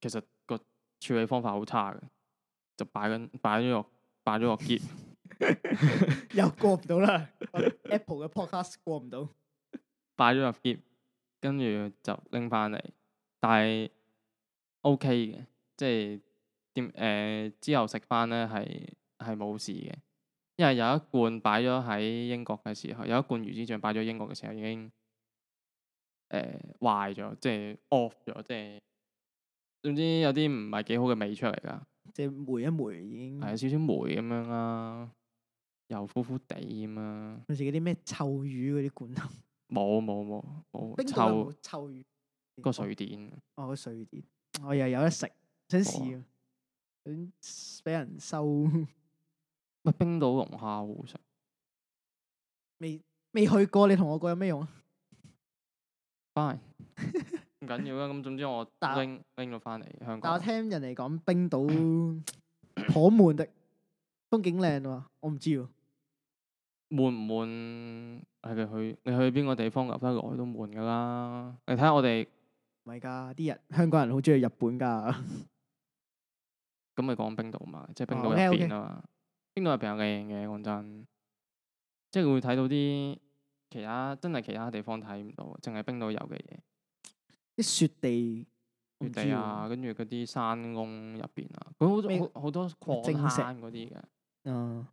[SPEAKER 2] 其實個處理方法好差嘅，就擺緊擺咗落擺咗落結，
[SPEAKER 1] 又過唔到啦我，Apple 嘅 podcast 過唔到。
[SPEAKER 2] 擺咗落結，跟住就拎翻嚟，但係 OK 嘅，即係點誒呃之後食翻咧係係冇事嘅，因為有一罐擺咗喺英國嘅時候，有一罐魚子醬擺咗英國嘅時候已經誒、呃、壞咗，即係 off 咗，即係總之有啲唔係幾好嘅味出嚟啦，
[SPEAKER 1] 即係霉一霉已經，
[SPEAKER 2] 係有
[SPEAKER 1] 好
[SPEAKER 2] 少少霉咁樣啦，又苦苦地咁啦，
[SPEAKER 1] 似嗰啲咩臭魚嗰啲罐頭，
[SPEAKER 2] 冇冇冇
[SPEAKER 1] [LAUGHS] 冰
[SPEAKER 2] 冇
[SPEAKER 1] 島有
[SPEAKER 2] 臭
[SPEAKER 1] 冇臭魚
[SPEAKER 2] 個瑞典。
[SPEAKER 1] 哦，個瑞典，我又有得食，想
[SPEAKER 2] 好啊
[SPEAKER 1] 試啊，想俾人收， [LAUGHS]
[SPEAKER 2] 喂，冰島龍蝦好好食，
[SPEAKER 1] 未未去過，你同我講有咩用啊？
[SPEAKER 2] 翻唔緊要啦。咁總之我
[SPEAKER 1] 但
[SPEAKER 2] 拎拎咗翻嚟香
[SPEAKER 1] 但我
[SPEAKER 2] 港，
[SPEAKER 1] 聽人嚟講冰島 [COUGHS] 頗悶的，風景靚喎，我唔知喎，
[SPEAKER 2] 悶唔悶？係你去你去邊個地方留得耐都悶噶啦。你睇下我哋
[SPEAKER 1] 唔係㗎，啲人香港人好中
[SPEAKER 2] [LAUGHS]
[SPEAKER 1] 意日本㗎，
[SPEAKER 2] 咁咪講冰島嘛，即係冰島入
[SPEAKER 1] 哦 OK，OK
[SPEAKER 2] 邊啊嘛。冰島係比較靚嘅，講真，即係會睇到啲其他真係其他地方睇唔到，淨係冰島有嘅嘢，
[SPEAKER 1] 啲雪地，我
[SPEAKER 2] 雪
[SPEAKER 1] 唔知
[SPEAKER 2] 地啊，
[SPEAKER 1] 喎，
[SPEAKER 2] 跟住嗰啲山窿入邊啊，佢
[SPEAKER 1] 咩
[SPEAKER 2] 好好好多
[SPEAKER 1] 晶
[SPEAKER 2] 礦
[SPEAKER 1] 石
[SPEAKER 2] 坑嗰啲嘅，
[SPEAKER 1] 嗯，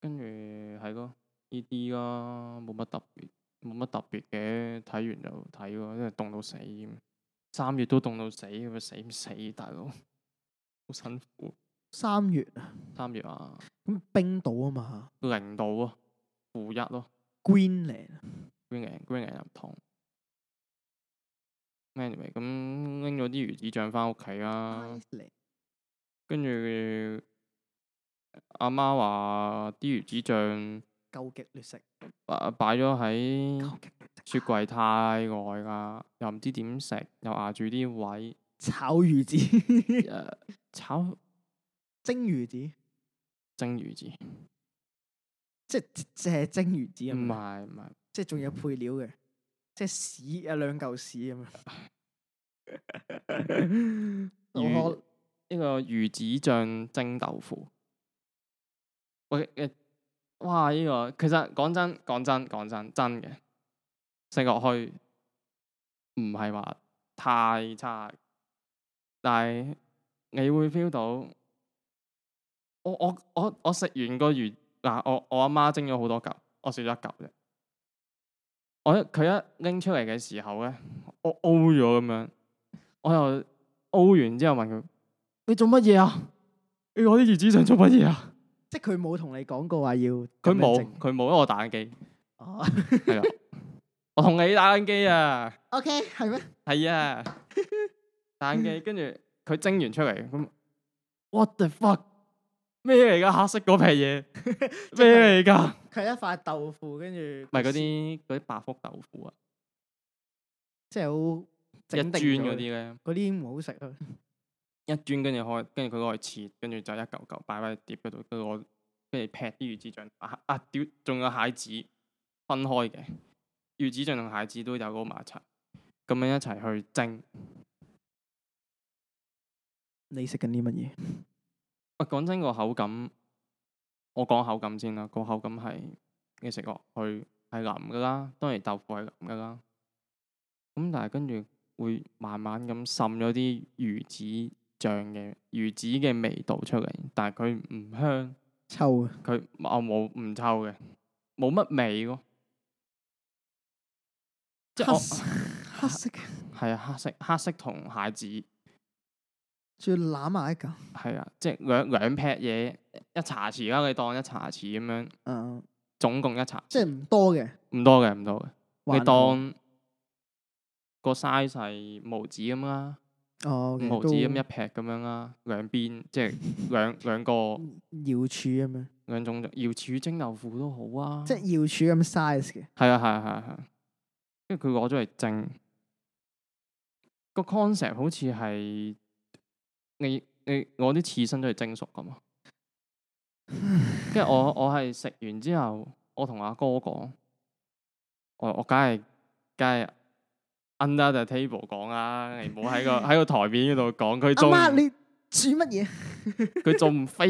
[SPEAKER 2] 跟住係咯，呢啲咯，冇乜特別，冇乜特別嘅，睇完就睇咯，因為凍到死咁，三月都凍到死咁，死唔死大佬，好辛苦，
[SPEAKER 1] 三月
[SPEAKER 2] 三月啊，
[SPEAKER 1] 咁冰島啊嘛
[SPEAKER 2] 零度啊，負一咯。
[SPEAKER 1] ，Greenland
[SPEAKER 2] Green Green 入堂。anyway，咁拎咗啲魚子醬翻屋企
[SPEAKER 1] 啊
[SPEAKER 2] 啦，
[SPEAKER 1] Iceland
[SPEAKER 2] 跟住阿媽話啲魚子醬
[SPEAKER 1] 究極劣食，
[SPEAKER 2] 擺擺咗喺
[SPEAKER 1] 究極劣食，
[SPEAKER 2] 嗯雪櫃太耐啦，又唔知點食，又壓住啲位，
[SPEAKER 1] 炒魚子， [LAUGHS]
[SPEAKER 2] 誒炒
[SPEAKER 1] 蒸魚子，
[SPEAKER 2] 蒸魚子，
[SPEAKER 1] 即係即係蒸魚子咁
[SPEAKER 2] 唔
[SPEAKER 1] 樣，
[SPEAKER 2] 係唔係，
[SPEAKER 1] 即係仲有配料嘅，即係屎啊兩嚿屎
[SPEAKER 2] [LAUGHS]
[SPEAKER 1] 咁樣。我
[SPEAKER 2] 魚呢個魚子醬蒸豆腐。喂誒，哇！呢、個其實講真講真講真真嘅，食落去唔係話太差，但係你會 feel 到我我我我食完個魚嗱，我我阿媽蒸咗好多嚿，我食咗一嚿啫。我一佢一拎出嚟嘅時候咧，我 O 咗咁樣，我又 O 完之後問佢：你做乜嘢啊？你攞啲魚子醬做乜嘢啊？
[SPEAKER 1] 即係佢冇同你講過話要咁
[SPEAKER 2] 佢
[SPEAKER 1] 樣
[SPEAKER 2] 冇
[SPEAKER 1] 整，
[SPEAKER 2] 佢冇，因為我打緊機，
[SPEAKER 1] 哦 [LAUGHS]
[SPEAKER 2] 係啊，我同你打緊機啊，
[SPEAKER 1] ，OK 係咩？
[SPEAKER 2] 係 [LAUGHS] 啊，打緊機，跟住佢蒸完出嚟，咁
[SPEAKER 1] What the fuck？
[SPEAKER 2] 咩嚟噶？黑色嗰皮 [LAUGHS] 嘢咩嚟噶？
[SPEAKER 1] 佢係一塊豆腐，跟住唔
[SPEAKER 2] 唔係嗰啲嗰啲白福豆腐啊，
[SPEAKER 1] 即係好
[SPEAKER 2] 一
[SPEAKER 1] 整
[SPEAKER 2] 磚
[SPEAKER 1] 定
[SPEAKER 2] 嗰
[SPEAKER 1] 咗
[SPEAKER 2] 啲，咧，
[SPEAKER 1] 嗰啲唔好食啊！
[SPEAKER 2] 一磚跟住開，跟住佢攞嚟切，跟住就一嚿嚿擺喺碟嗰度，跟住我跟住劈啲魚子醬啊啊屌，仲有蟹子分開嘅，魚子醬同蟹子都有嗰埋一齊，咁樣一齊去蒸。
[SPEAKER 1] 你食緊啲乜嘢？
[SPEAKER 2] 喂，講真個口感，我講口感先啦。個口感係你食落去係腍噶啦，當然豆腐係腍噶啦。咁但係跟住會慢慢咁滲咗啲魚子醬嘅魚子嘅味道出嚟，但係佢唔香，
[SPEAKER 1] 臭啊！
[SPEAKER 2] 佢我冇唔臭嘅，冇乜味咯。即係
[SPEAKER 1] 黑
[SPEAKER 2] 我 [LAUGHS]
[SPEAKER 1] 色黑色嘅，
[SPEAKER 2] 係啊，黑色黑色同蟹子。
[SPEAKER 1] 仲要攬埋一嚿。
[SPEAKER 2] 係啊，即係兩兩劈嘢，一茶匙啦，你當一茶匙咁樣，
[SPEAKER 1] 嗯，
[SPEAKER 2] 總共一茶匙，
[SPEAKER 1] 即係唔多嘅。
[SPEAKER 2] 唔多嘅，唔多嘅，
[SPEAKER 1] 還
[SPEAKER 2] 你
[SPEAKER 1] 好
[SPEAKER 2] 當個 size 係毫子咁啦，
[SPEAKER 1] 哦，
[SPEAKER 2] 五毫子咁一劈咁樣啦，兩邊即係
[SPEAKER 1] [LAUGHS]
[SPEAKER 2] 兩兩個
[SPEAKER 1] 一瑤柱咁樣，
[SPEAKER 2] 兩種，瑤柱蒸豆腐都好啊，
[SPEAKER 1] 即係瑤柱咁 size 嘅。
[SPEAKER 2] 係啊係啊係啊係啊，跟住佢攞咗嚟蒸，個 concept 好似係你你攞啲刺身咗嚟蒸熟咁啊。跟
[SPEAKER 1] [LAUGHS]
[SPEAKER 2] 住我我係食完之後，我同阿哥講，我我梗係梗係 under the table 講啦，你唔好
[SPEAKER 1] [LAUGHS]
[SPEAKER 2] 喺個喺個台面嗰度講，佢
[SPEAKER 1] 阿
[SPEAKER 2] 仲
[SPEAKER 1] 媽，你煮乜 [LAUGHS] 嘢？
[SPEAKER 2] 佢仲唔飛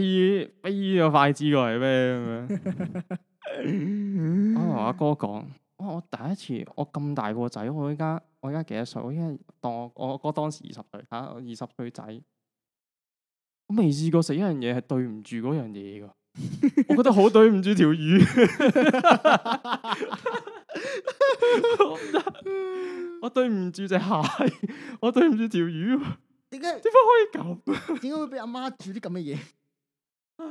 [SPEAKER 2] 飛個筷子過嚟咩咁樣？
[SPEAKER 1] 嗯
[SPEAKER 2] 我同哦
[SPEAKER 1] 啊
[SPEAKER 2] 阿哥講，哇！我第一次，我咁大個仔，我依家我依家幾多歲？我依家當我我哥當時二十歲嚇，我二十歲仔，我未試過食一樣嘢係對唔住嗰樣嘢㗎，我覺得好對唔住條魚， [LAUGHS] 我唔得我對唔住隻蟹，我對唔住條魚，
[SPEAKER 1] 點解
[SPEAKER 2] 點解可以咁？
[SPEAKER 1] 點解會俾阿媽煮啲咁嘅嘢？
[SPEAKER 2] 唉，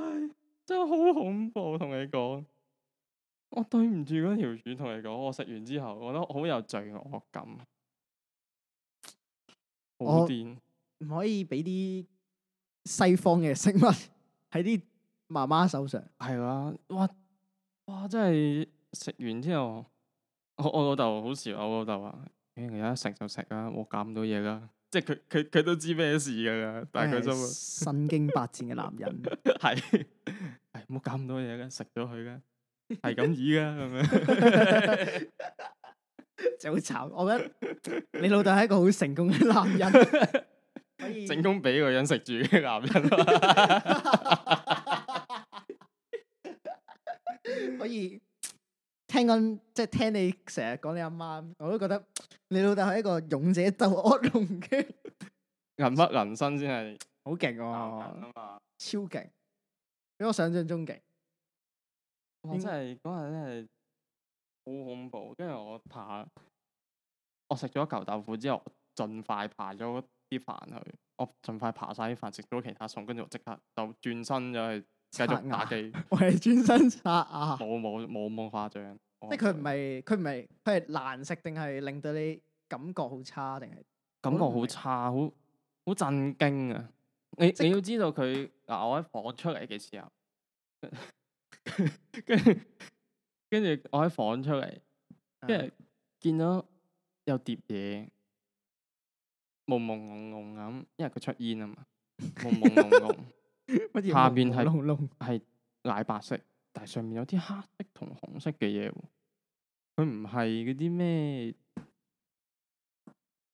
[SPEAKER 2] 真係好恐怖，同你講，我對唔住嗰條魚，同你講，我食完之後，我覺得好有罪惡感，好
[SPEAKER 1] 我
[SPEAKER 2] 癲，
[SPEAKER 1] 唔可以俾啲西方嘅食物喺啲媽媽手上。
[SPEAKER 2] 係啦，哇哇，真係食完之後，我我老豆好笑，我老豆話：，誒、你有得食就食啦，我搞唔到嘢啦，即係佢佢佢都知咩事噶啦，但係佢
[SPEAKER 1] 真
[SPEAKER 2] 就
[SPEAKER 1] 係身經百戰嘅男 [LAUGHS] 人，
[SPEAKER 2] 係係 [LAUGHS] 冇搞咁多嘢嘅，食咗佢嘅，係 [LAUGHS] 咁意噶咁樣。
[SPEAKER 1] 就好慘。我覺得你老豆係一個好成功嘅男 [LAUGHS] 人，可以
[SPEAKER 2] 成功俾個人食住嘅男人，
[SPEAKER 1] 可以聽講，即係聽你成日講你阿媽，我都覺得你老豆係一個勇者鬥惡龍嘅，
[SPEAKER 2] [LAUGHS] 人不人生先係
[SPEAKER 1] 好勁
[SPEAKER 2] 男
[SPEAKER 1] [LAUGHS] 喎！
[SPEAKER 2] 人啊嘛。
[SPEAKER 1] 超勁，比我想象中勁。
[SPEAKER 2] 我
[SPEAKER 1] 應
[SPEAKER 2] 真係嗰日真係好恐怖，跟住我爬，我食咗嚿豆腐之後，我盡快爬咗啲飯去，我盡快爬晒啲飯，食咗其他餸，跟住我即刻就轉身咗去繼
[SPEAKER 1] 刷
[SPEAKER 2] 續
[SPEAKER 1] 牙
[SPEAKER 2] 打機，
[SPEAKER 1] [LAUGHS]
[SPEAKER 2] 哦
[SPEAKER 1] 我係專身刷牙，
[SPEAKER 2] 冇冇冇咁誇張。我
[SPEAKER 1] [LAUGHS] 即係佢唔係
[SPEAKER 2] 會
[SPEAKER 1] 佢唔係佢係難食定係令到你感覺好差定係？
[SPEAKER 2] 感
[SPEAKER 1] 我
[SPEAKER 2] 覺
[SPEAKER 1] 都唔
[SPEAKER 2] 好
[SPEAKER 1] 明
[SPEAKER 2] 差，好好震驚啊！你
[SPEAKER 1] 即
[SPEAKER 2] 你要知道佢嗱，我喺房出嚟嘅時候，跟住跟住我喺房出嚟，跟
[SPEAKER 1] 啊
[SPEAKER 2] 住見到有碟嘢，朦朦朧朧咁，因為佢出煙啊嘛，朦朦朧朧
[SPEAKER 1] 乜嘢
[SPEAKER 2] 下邊係
[SPEAKER 1] 朦朦朧朧
[SPEAKER 2] 係奶白色，但係上面有啲黑色同紅色嘅嘢喎，佢唔係嗰啲咩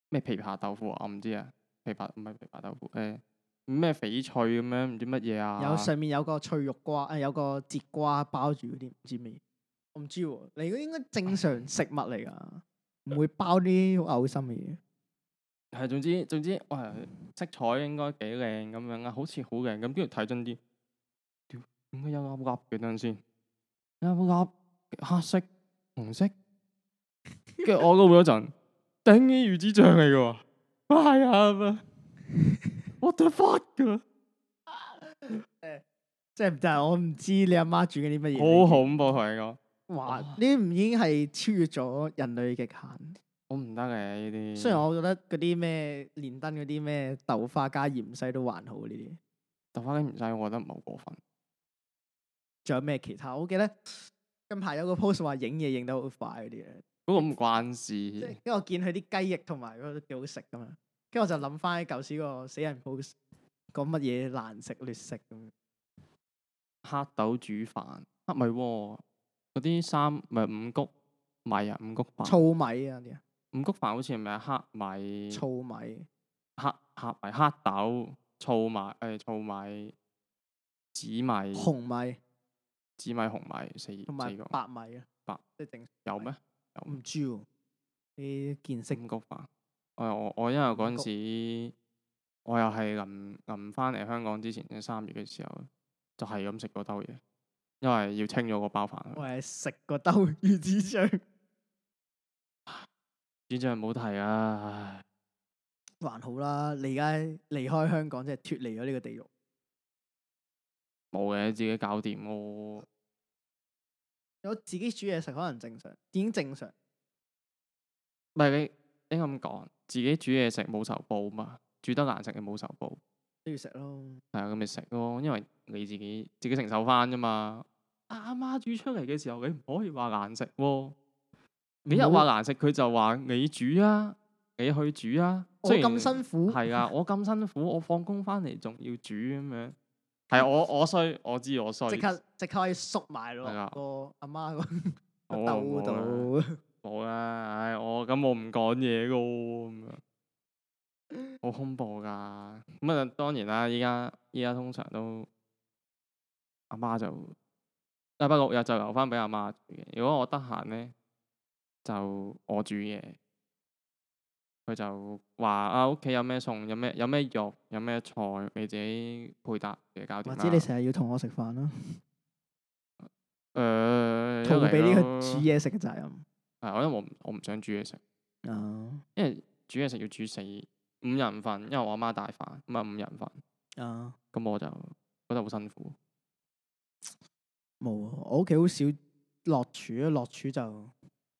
[SPEAKER 2] 咩琵琶豆腐啊，我唔知啊，琵琶唔係琵琶豆腐，誒、咩翡翠咁樣唔知乜嘢啊，
[SPEAKER 1] 有上面有個脆肉瓜，誒有個節瓜包住嗰啲唔知咩嘢，我唔知喎。你嗰應該正常食物嚟㗎，唔會包啲好嘔心嘅嘢。
[SPEAKER 2] 係，總之總之，哇！色彩應該幾靚咁樣啊，好似好靚咁，跟住睇真啲，屌點解有粒粒嘅？等陣先，有粒粒黑色、紅色，跟住我嗰會嗰陣， [LAUGHS] 頂啲魚子醬嚟嘅喎，係啊咁啊，what the fuck 㗎，
[SPEAKER 1] [LAUGHS] 即係唔係我唔知你阿媽煮緊啲乜嘢。
[SPEAKER 2] 好恐怖同你講，
[SPEAKER 1] 哇！
[SPEAKER 2] 哇
[SPEAKER 1] 呢啲唔已經係超越咗人類極限。
[SPEAKER 2] 我唔得嘅呢啲。
[SPEAKER 1] 雖然我覺得嗰啲咩連登嗰啲咩豆花加芫茜都還好呢啲，
[SPEAKER 2] 豆花雞唔使，我覺得唔係好過分。
[SPEAKER 1] 仲有咩其他？我記得 [SNIFFS] 近排有個 post 話影嘢影得好快嗰啲嘢，
[SPEAKER 2] 嗰個唔關
[SPEAKER 1] 即係
[SPEAKER 2] 事，
[SPEAKER 1] 因為我見佢啲雞翼同埋嗰個都幾好食噶嘛，跟住我就諗翻舊時個死人 post 講乜嘢難食劣食咁樣。
[SPEAKER 2] 黑豆煮飯，黑咪喎，嗰啲衫咪五谷米啊，五谷飯。
[SPEAKER 1] 糙米啊啲啊，
[SPEAKER 2] 五谷飯好似唔係黑米、
[SPEAKER 1] 糙米
[SPEAKER 2] 黑黑米、黑豆、糙米、誒、糙米、紫米、
[SPEAKER 1] 紅米
[SPEAKER 2] 紫米、紅米四
[SPEAKER 1] 同埋
[SPEAKER 2] 四個
[SPEAKER 1] 白米啊，
[SPEAKER 2] 白
[SPEAKER 1] 即係正
[SPEAKER 2] 有咩？
[SPEAKER 1] 唔知喎，啲見識
[SPEAKER 2] 五谷飯？我我我因為嗰
[SPEAKER 1] 嗯五
[SPEAKER 2] 陣
[SPEAKER 1] 谷
[SPEAKER 2] 時，我又係臨臨翻嚟香港之前嘅三月嘅時候，就係咁食嗰兜嘢，因為要清咗個包飯去。
[SPEAKER 1] 我係食個兜魚子醬。
[SPEAKER 2] 呢張唔好提啊！唉，
[SPEAKER 1] [LAUGHS] 還好啦，你而家離開香港，即係脱離咗呢個地獄。
[SPEAKER 2] 冇嘅，自己搞掂咯。
[SPEAKER 1] 我自己煮嘢食可能正常，已經正常。
[SPEAKER 2] 唔係你應該咁講，自己煮嘢食冇仇報嘛，煮得難食嘅冇仇報。
[SPEAKER 1] 都要食咯。
[SPEAKER 2] 係啊，咁咪食咯，因為你自己自己承受翻啫嘛。阿阿媽煮出嚟嘅時候，你唔可以話難食喎。你一
[SPEAKER 1] 唔好
[SPEAKER 2] 話難食，佢就話你煮啊，你去煮啊。
[SPEAKER 1] 我咁辛苦，
[SPEAKER 2] 係啊，我咁辛苦，我放工翻嚟仲要煮咁樣。係我我衰，我知我衰。
[SPEAKER 1] 即刻即刻可以縮埋
[SPEAKER 2] 係
[SPEAKER 1] 落
[SPEAKER 2] 啊
[SPEAKER 1] 個阿媽個
[SPEAKER 2] [LAUGHS] 我
[SPEAKER 1] 個兜
[SPEAKER 2] 冇
[SPEAKER 1] 度。
[SPEAKER 2] 冇啦，唉，我咁我唔講嘢咯，咁樣
[SPEAKER 1] 嗯
[SPEAKER 2] 好恐怖噶。咁啊，當然啦，依家依家通常都阿媽就禮拜六日就留翻俾阿媽煮嘅。如果我得閒咧，就我煮嘢。佢就話啊，屋企有咩餸，有咩有咩肉，有咩菜，你自己配搭，自己搞掂
[SPEAKER 1] 或
[SPEAKER 2] 啦。
[SPEAKER 1] 者你成日要同我食飯啦，
[SPEAKER 2] 誒
[SPEAKER 1] 逃避呢個煮
[SPEAKER 2] 煮，
[SPEAKER 1] 嘢食嘅責任。
[SPEAKER 2] 係我因為我唔我唔想煮嘢食。
[SPEAKER 1] 啊
[SPEAKER 2] 因為煮嘢食要煮四五人份，因為我阿媽大飯，咁啊五人份，
[SPEAKER 1] 啊，
[SPEAKER 2] 咁我就覺得好辛苦。
[SPEAKER 1] 冇啊！我屋企好少落廚啊，落廚就好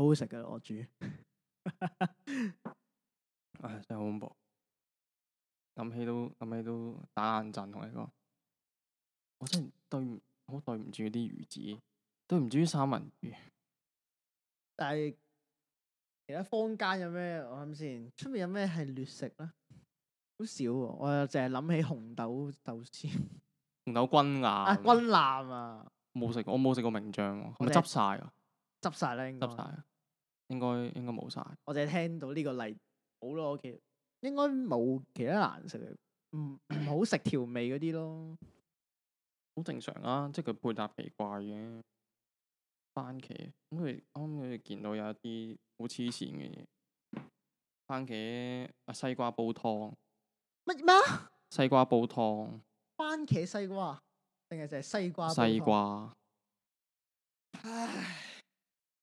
[SPEAKER 1] 好食嘅我煮。
[SPEAKER 2] 唉，真係好恐怖。諗起都諗起都打冷震，同你講，我真係對唔好對唔住啲魚子，對唔住啲三文魚。
[SPEAKER 1] 但係其他坊間有咩？我諗先，出面有咩係劣食咧？好少喎、我又淨係諗起紅豆豆豉
[SPEAKER 2] 紅豆軍
[SPEAKER 1] 啊，
[SPEAKER 2] 啊，
[SPEAKER 1] [LAUGHS] 軍艦啊，
[SPEAKER 2] 冇食過，我冇食過名將喎，係
[SPEAKER 1] 我
[SPEAKER 2] 咪
[SPEAKER 1] 哋
[SPEAKER 2] 執晒啊？
[SPEAKER 1] 執晒啦應該
[SPEAKER 2] 執。晒啊，應該應該冇晒。
[SPEAKER 1] 我淨係聽到呢個例好咯，我其實應該冇其他難食嘅，唔唔好食調味嗰啲咯。
[SPEAKER 2] 好正常啊，即係佢配搭奇怪嘅。番茄，咁佢哋啱啱佢哋見到有一啲好黐線嘅嘢，番茄啊西瓜煲湯，
[SPEAKER 1] 乜咩啊？
[SPEAKER 2] 西瓜煲湯，
[SPEAKER 1] 番茄西瓜定係就係西瓜？
[SPEAKER 2] 西。瓜
[SPEAKER 1] 唉，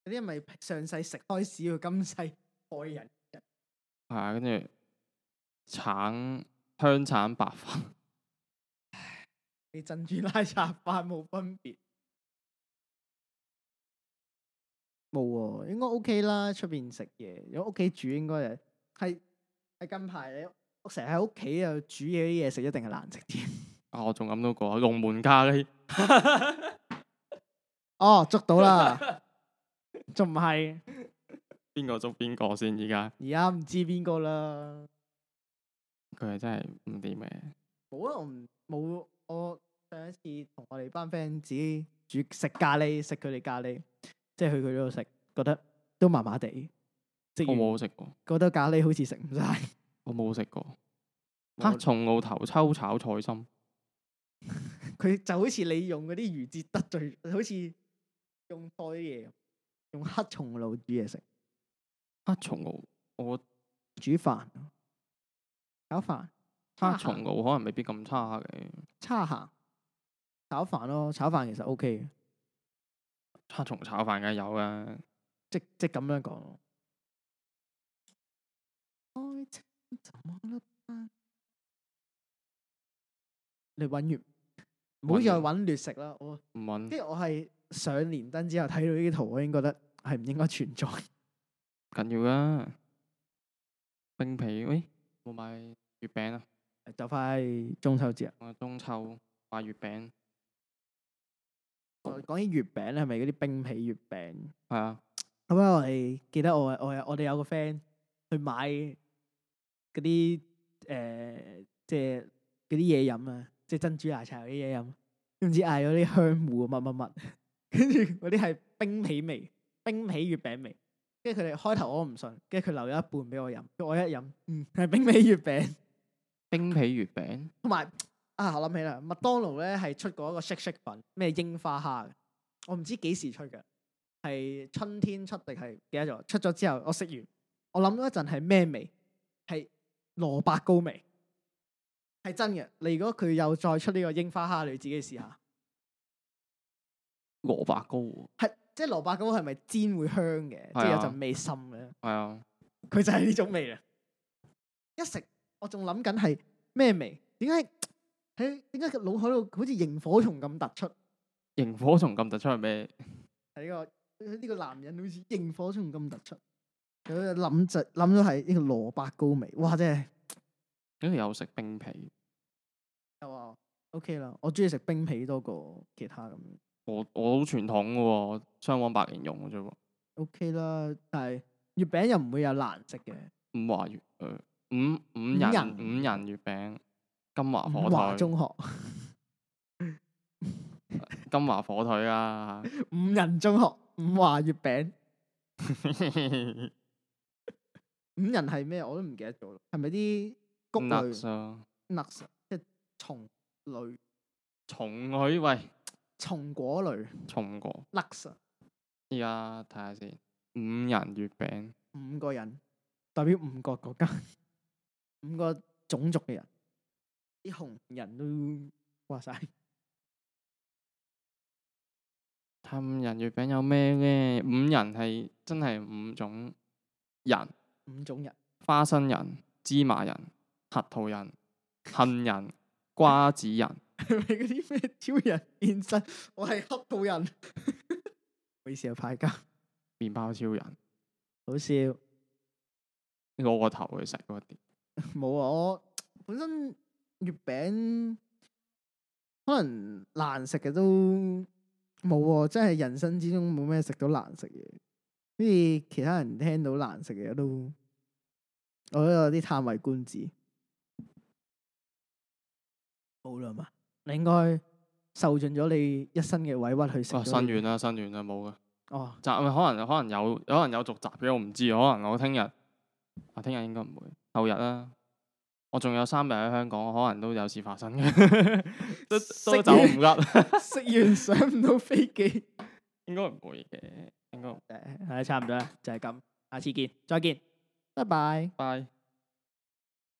[SPEAKER 1] 嗰啲係咪上世食開始要今世害人？
[SPEAKER 2] 係啊，跟住橙香橙白飯，
[SPEAKER 1] 你珍珠奶茶飯冇分別。冇喎、應該 OK 啦。出邊食嘢，如果屋企煮應該係係係近排你我成日喺屋企又煮嘢啲嘢食，一定係難食啲。
[SPEAKER 2] 啊我仲諗到個龍門咖喱，
[SPEAKER 1] [LAUGHS] 哦，捉到啦， [LAUGHS] 仲唔係？
[SPEAKER 2] 邊個捉邊個先？而家
[SPEAKER 1] 而家唔知邊個啦。
[SPEAKER 2] 佢係真係唔掂嘅，
[SPEAKER 1] 冇啊，我唔冇。我上一次同我哋班 friend 自己煮食咖喱，食佢哋咖喱，即係去佢嗰度食，覺得都麻麻地。食
[SPEAKER 2] 我
[SPEAKER 1] 完
[SPEAKER 2] 冇食過，
[SPEAKER 1] 覺得咖喱好似食唔晒。
[SPEAKER 2] 我冇食過。
[SPEAKER 1] 嚇
[SPEAKER 2] 黑松露頭抽炒菜心，
[SPEAKER 1] 佢就好似你用嗰啲魚節得罪，好似用錯啲嘢咁，用黑松露煮嘢食，
[SPEAKER 2] 黑松露我
[SPEAKER 1] 煮飯、炒飯、
[SPEAKER 2] 黑
[SPEAKER 1] 蝦
[SPEAKER 2] 松露可能未必咁差嘅，
[SPEAKER 1] 叉鹹、炒飯咯，炒飯其實 O K 嘅，
[SPEAKER 2] 黑松炒飯梗係有啊啦。
[SPEAKER 1] 即即咁樣講咯。愛情怎麼了吧你揾完，唔好
[SPEAKER 2] 搵
[SPEAKER 1] 再
[SPEAKER 2] 完嗯
[SPEAKER 1] 揾劣食啦。我
[SPEAKER 2] 唔揾
[SPEAKER 1] 跟住我係上連登之後睇到呢啲圖，我已經覺得係唔應該存在。
[SPEAKER 2] 緊要啦。冰皮，喂，冇買月餅啊！
[SPEAKER 1] 就快中秋節啦。
[SPEAKER 2] 我中秋買月餅，
[SPEAKER 1] 我哦講起月餅咧，係咪嗰啲冰皮月餅？
[SPEAKER 2] 係啊，
[SPEAKER 1] 咁啊，我哋記得我我有我哋有個 friend 去買嗰啲誒，即係嗰啲嘢飲啊，即係珍珠奶茶嗰啲嘢飲，跟住唔知嗌咗啲香芋乜乜乜，跟住嗰啲係冰皮味、冰皮月餅味。跟住佢哋開頭我唔信，跟住佢留咗一半俾我飲，跟住我一飲，嗯，係冰皮月餅。
[SPEAKER 2] 冰皮月餅
[SPEAKER 1] 同埋啊，我諗起啦，麥當勞咧係出過一個 shake shake 粉，咩櫻花蝦嘅，我唔知幾時出嘅，係春天出定係記得咗？出咗之後我食完，我諗咗一陣係咩味？係蘿蔔糕味，係真嘅。你如果佢又再出呢個櫻花蝦，你自己試下，
[SPEAKER 2] 蘿蔔糕喎，
[SPEAKER 1] 係即係蘿蔔糕係咪煎會香嘅，即
[SPEAKER 2] 係
[SPEAKER 1] 係有
[SPEAKER 2] 啊
[SPEAKER 1] 陣味深嘅。
[SPEAKER 2] 係啊，
[SPEAKER 1] 佢就係呢種味啊！一食我仲諗緊係咩味？點解喺點解個腦海度好似螢火蟲咁突出？
[SPEAKER 2] 螢火蟲咁突出係咩？
[SPEAKER 1] 係呢、個呃呢、個男人好似螢火蟲咁突出。佢諗就諗咗係呢個蘿蔔糕味，哇！真係
[SPEAKER 2] 因為有食冰皮，
[SPEAKER 1] 又話 OK 啦，我中意食冰皮多過其他咁樣
[SPEAKER 2] 我我好傳統嘅喎，雙黃白蓮蓉嘅啫喎，
[SPEAKER 1] OK 啦。但係月餅又唔會有難食嘅，
[SPEAKER 2] 五華月誒五五
[SPEAKER 1] 五
[SPEAKER 2] 仁
[SPEAKER 1] 仁
[SPEAKER 2] 五仁月餅，金華啊火
[SPEAKER 1] 五華
[SPEAKER 2] 腿，
[SPEAKER 1] 中學、 [LAUGHS]
[SPEAKER 2] 金華火腿啊！
[SPEAKER 1] 五人中學、五華月餅、五人係咩？我都唔記得咗啦。係咪啲谷類？
[SPEAKER 2] [LAUGHS] nuts 啊，
[SPEAKER 1] nuts 即係松類、
[SPEAKER 2] 重佢喂
[SPEAKER 1] 松果類
[SPEAKER 2] 重過。
[SPEAKER 1] nuts 啊
[SPEAKER 2] 依家睇下先，五仁月餅
[SPEAKER 1] 五個人代表五個國家、 [LAUGHS] 五個種族嘅人，啲紅人都話晒
[SPEAKER 2] 睇下五仁月餅有咩咧？五仁係真係五種仁：
[SPEAKER 1] 五種人，
[SPEAKER 2] 花生仁、芝麻仁、核桃仁、杏仁、瓜子仁。
[SPEAKER 1] 係咪嗰啲咩超人現身？我係黑道人， [LAUGHS] 唔好意思啊，派家
[SPEAKER 2] 麵包超人，
[SPEAKER 1] 好笑。
[SPEAKER 2] 攞個頭去食嗰啲。
[SPEAKER 1] 冇啊！我本身月餅可能難食嘅都冇喎、真係人生之中冇咩食到難食嘢。跟住其他人聽到難食嘅都，我都有啲嘆為觀止。冇啦嘛，啊你應該受盡咗你一生嘅委屈去食咗
[SPEAKER 2] 哇！
[SPEAKER 1] 你。
[SPEAKER 2] 新啊完啦，新完啦，冇嘅。
[SPEAKER 1] 哦， [LAUGHS]
[SPEAKER 2] 集可能可能有可能有續集嘅，我唔知。可能我聽日啊，聽日應該唔會，後日啦。我仲有三日喺香港，可能都有事發生嘅，都 [LAUGHS]
[SPEAKER 1] 食
[SPEAKER 2] 都走
[SPEAKER 1] 完
[SPEAKER 2] 唔甩。
[SPEAKER 1] 食完上唔到飛機，
[SPEAKER 2] [LAUGHS] 應該唔會嘅，應該唔會
[SPEAKER 1] 誒係啦差唔多啦，就係咁，下次見，再見，拜拜。
[SPEAKER 2] 拜。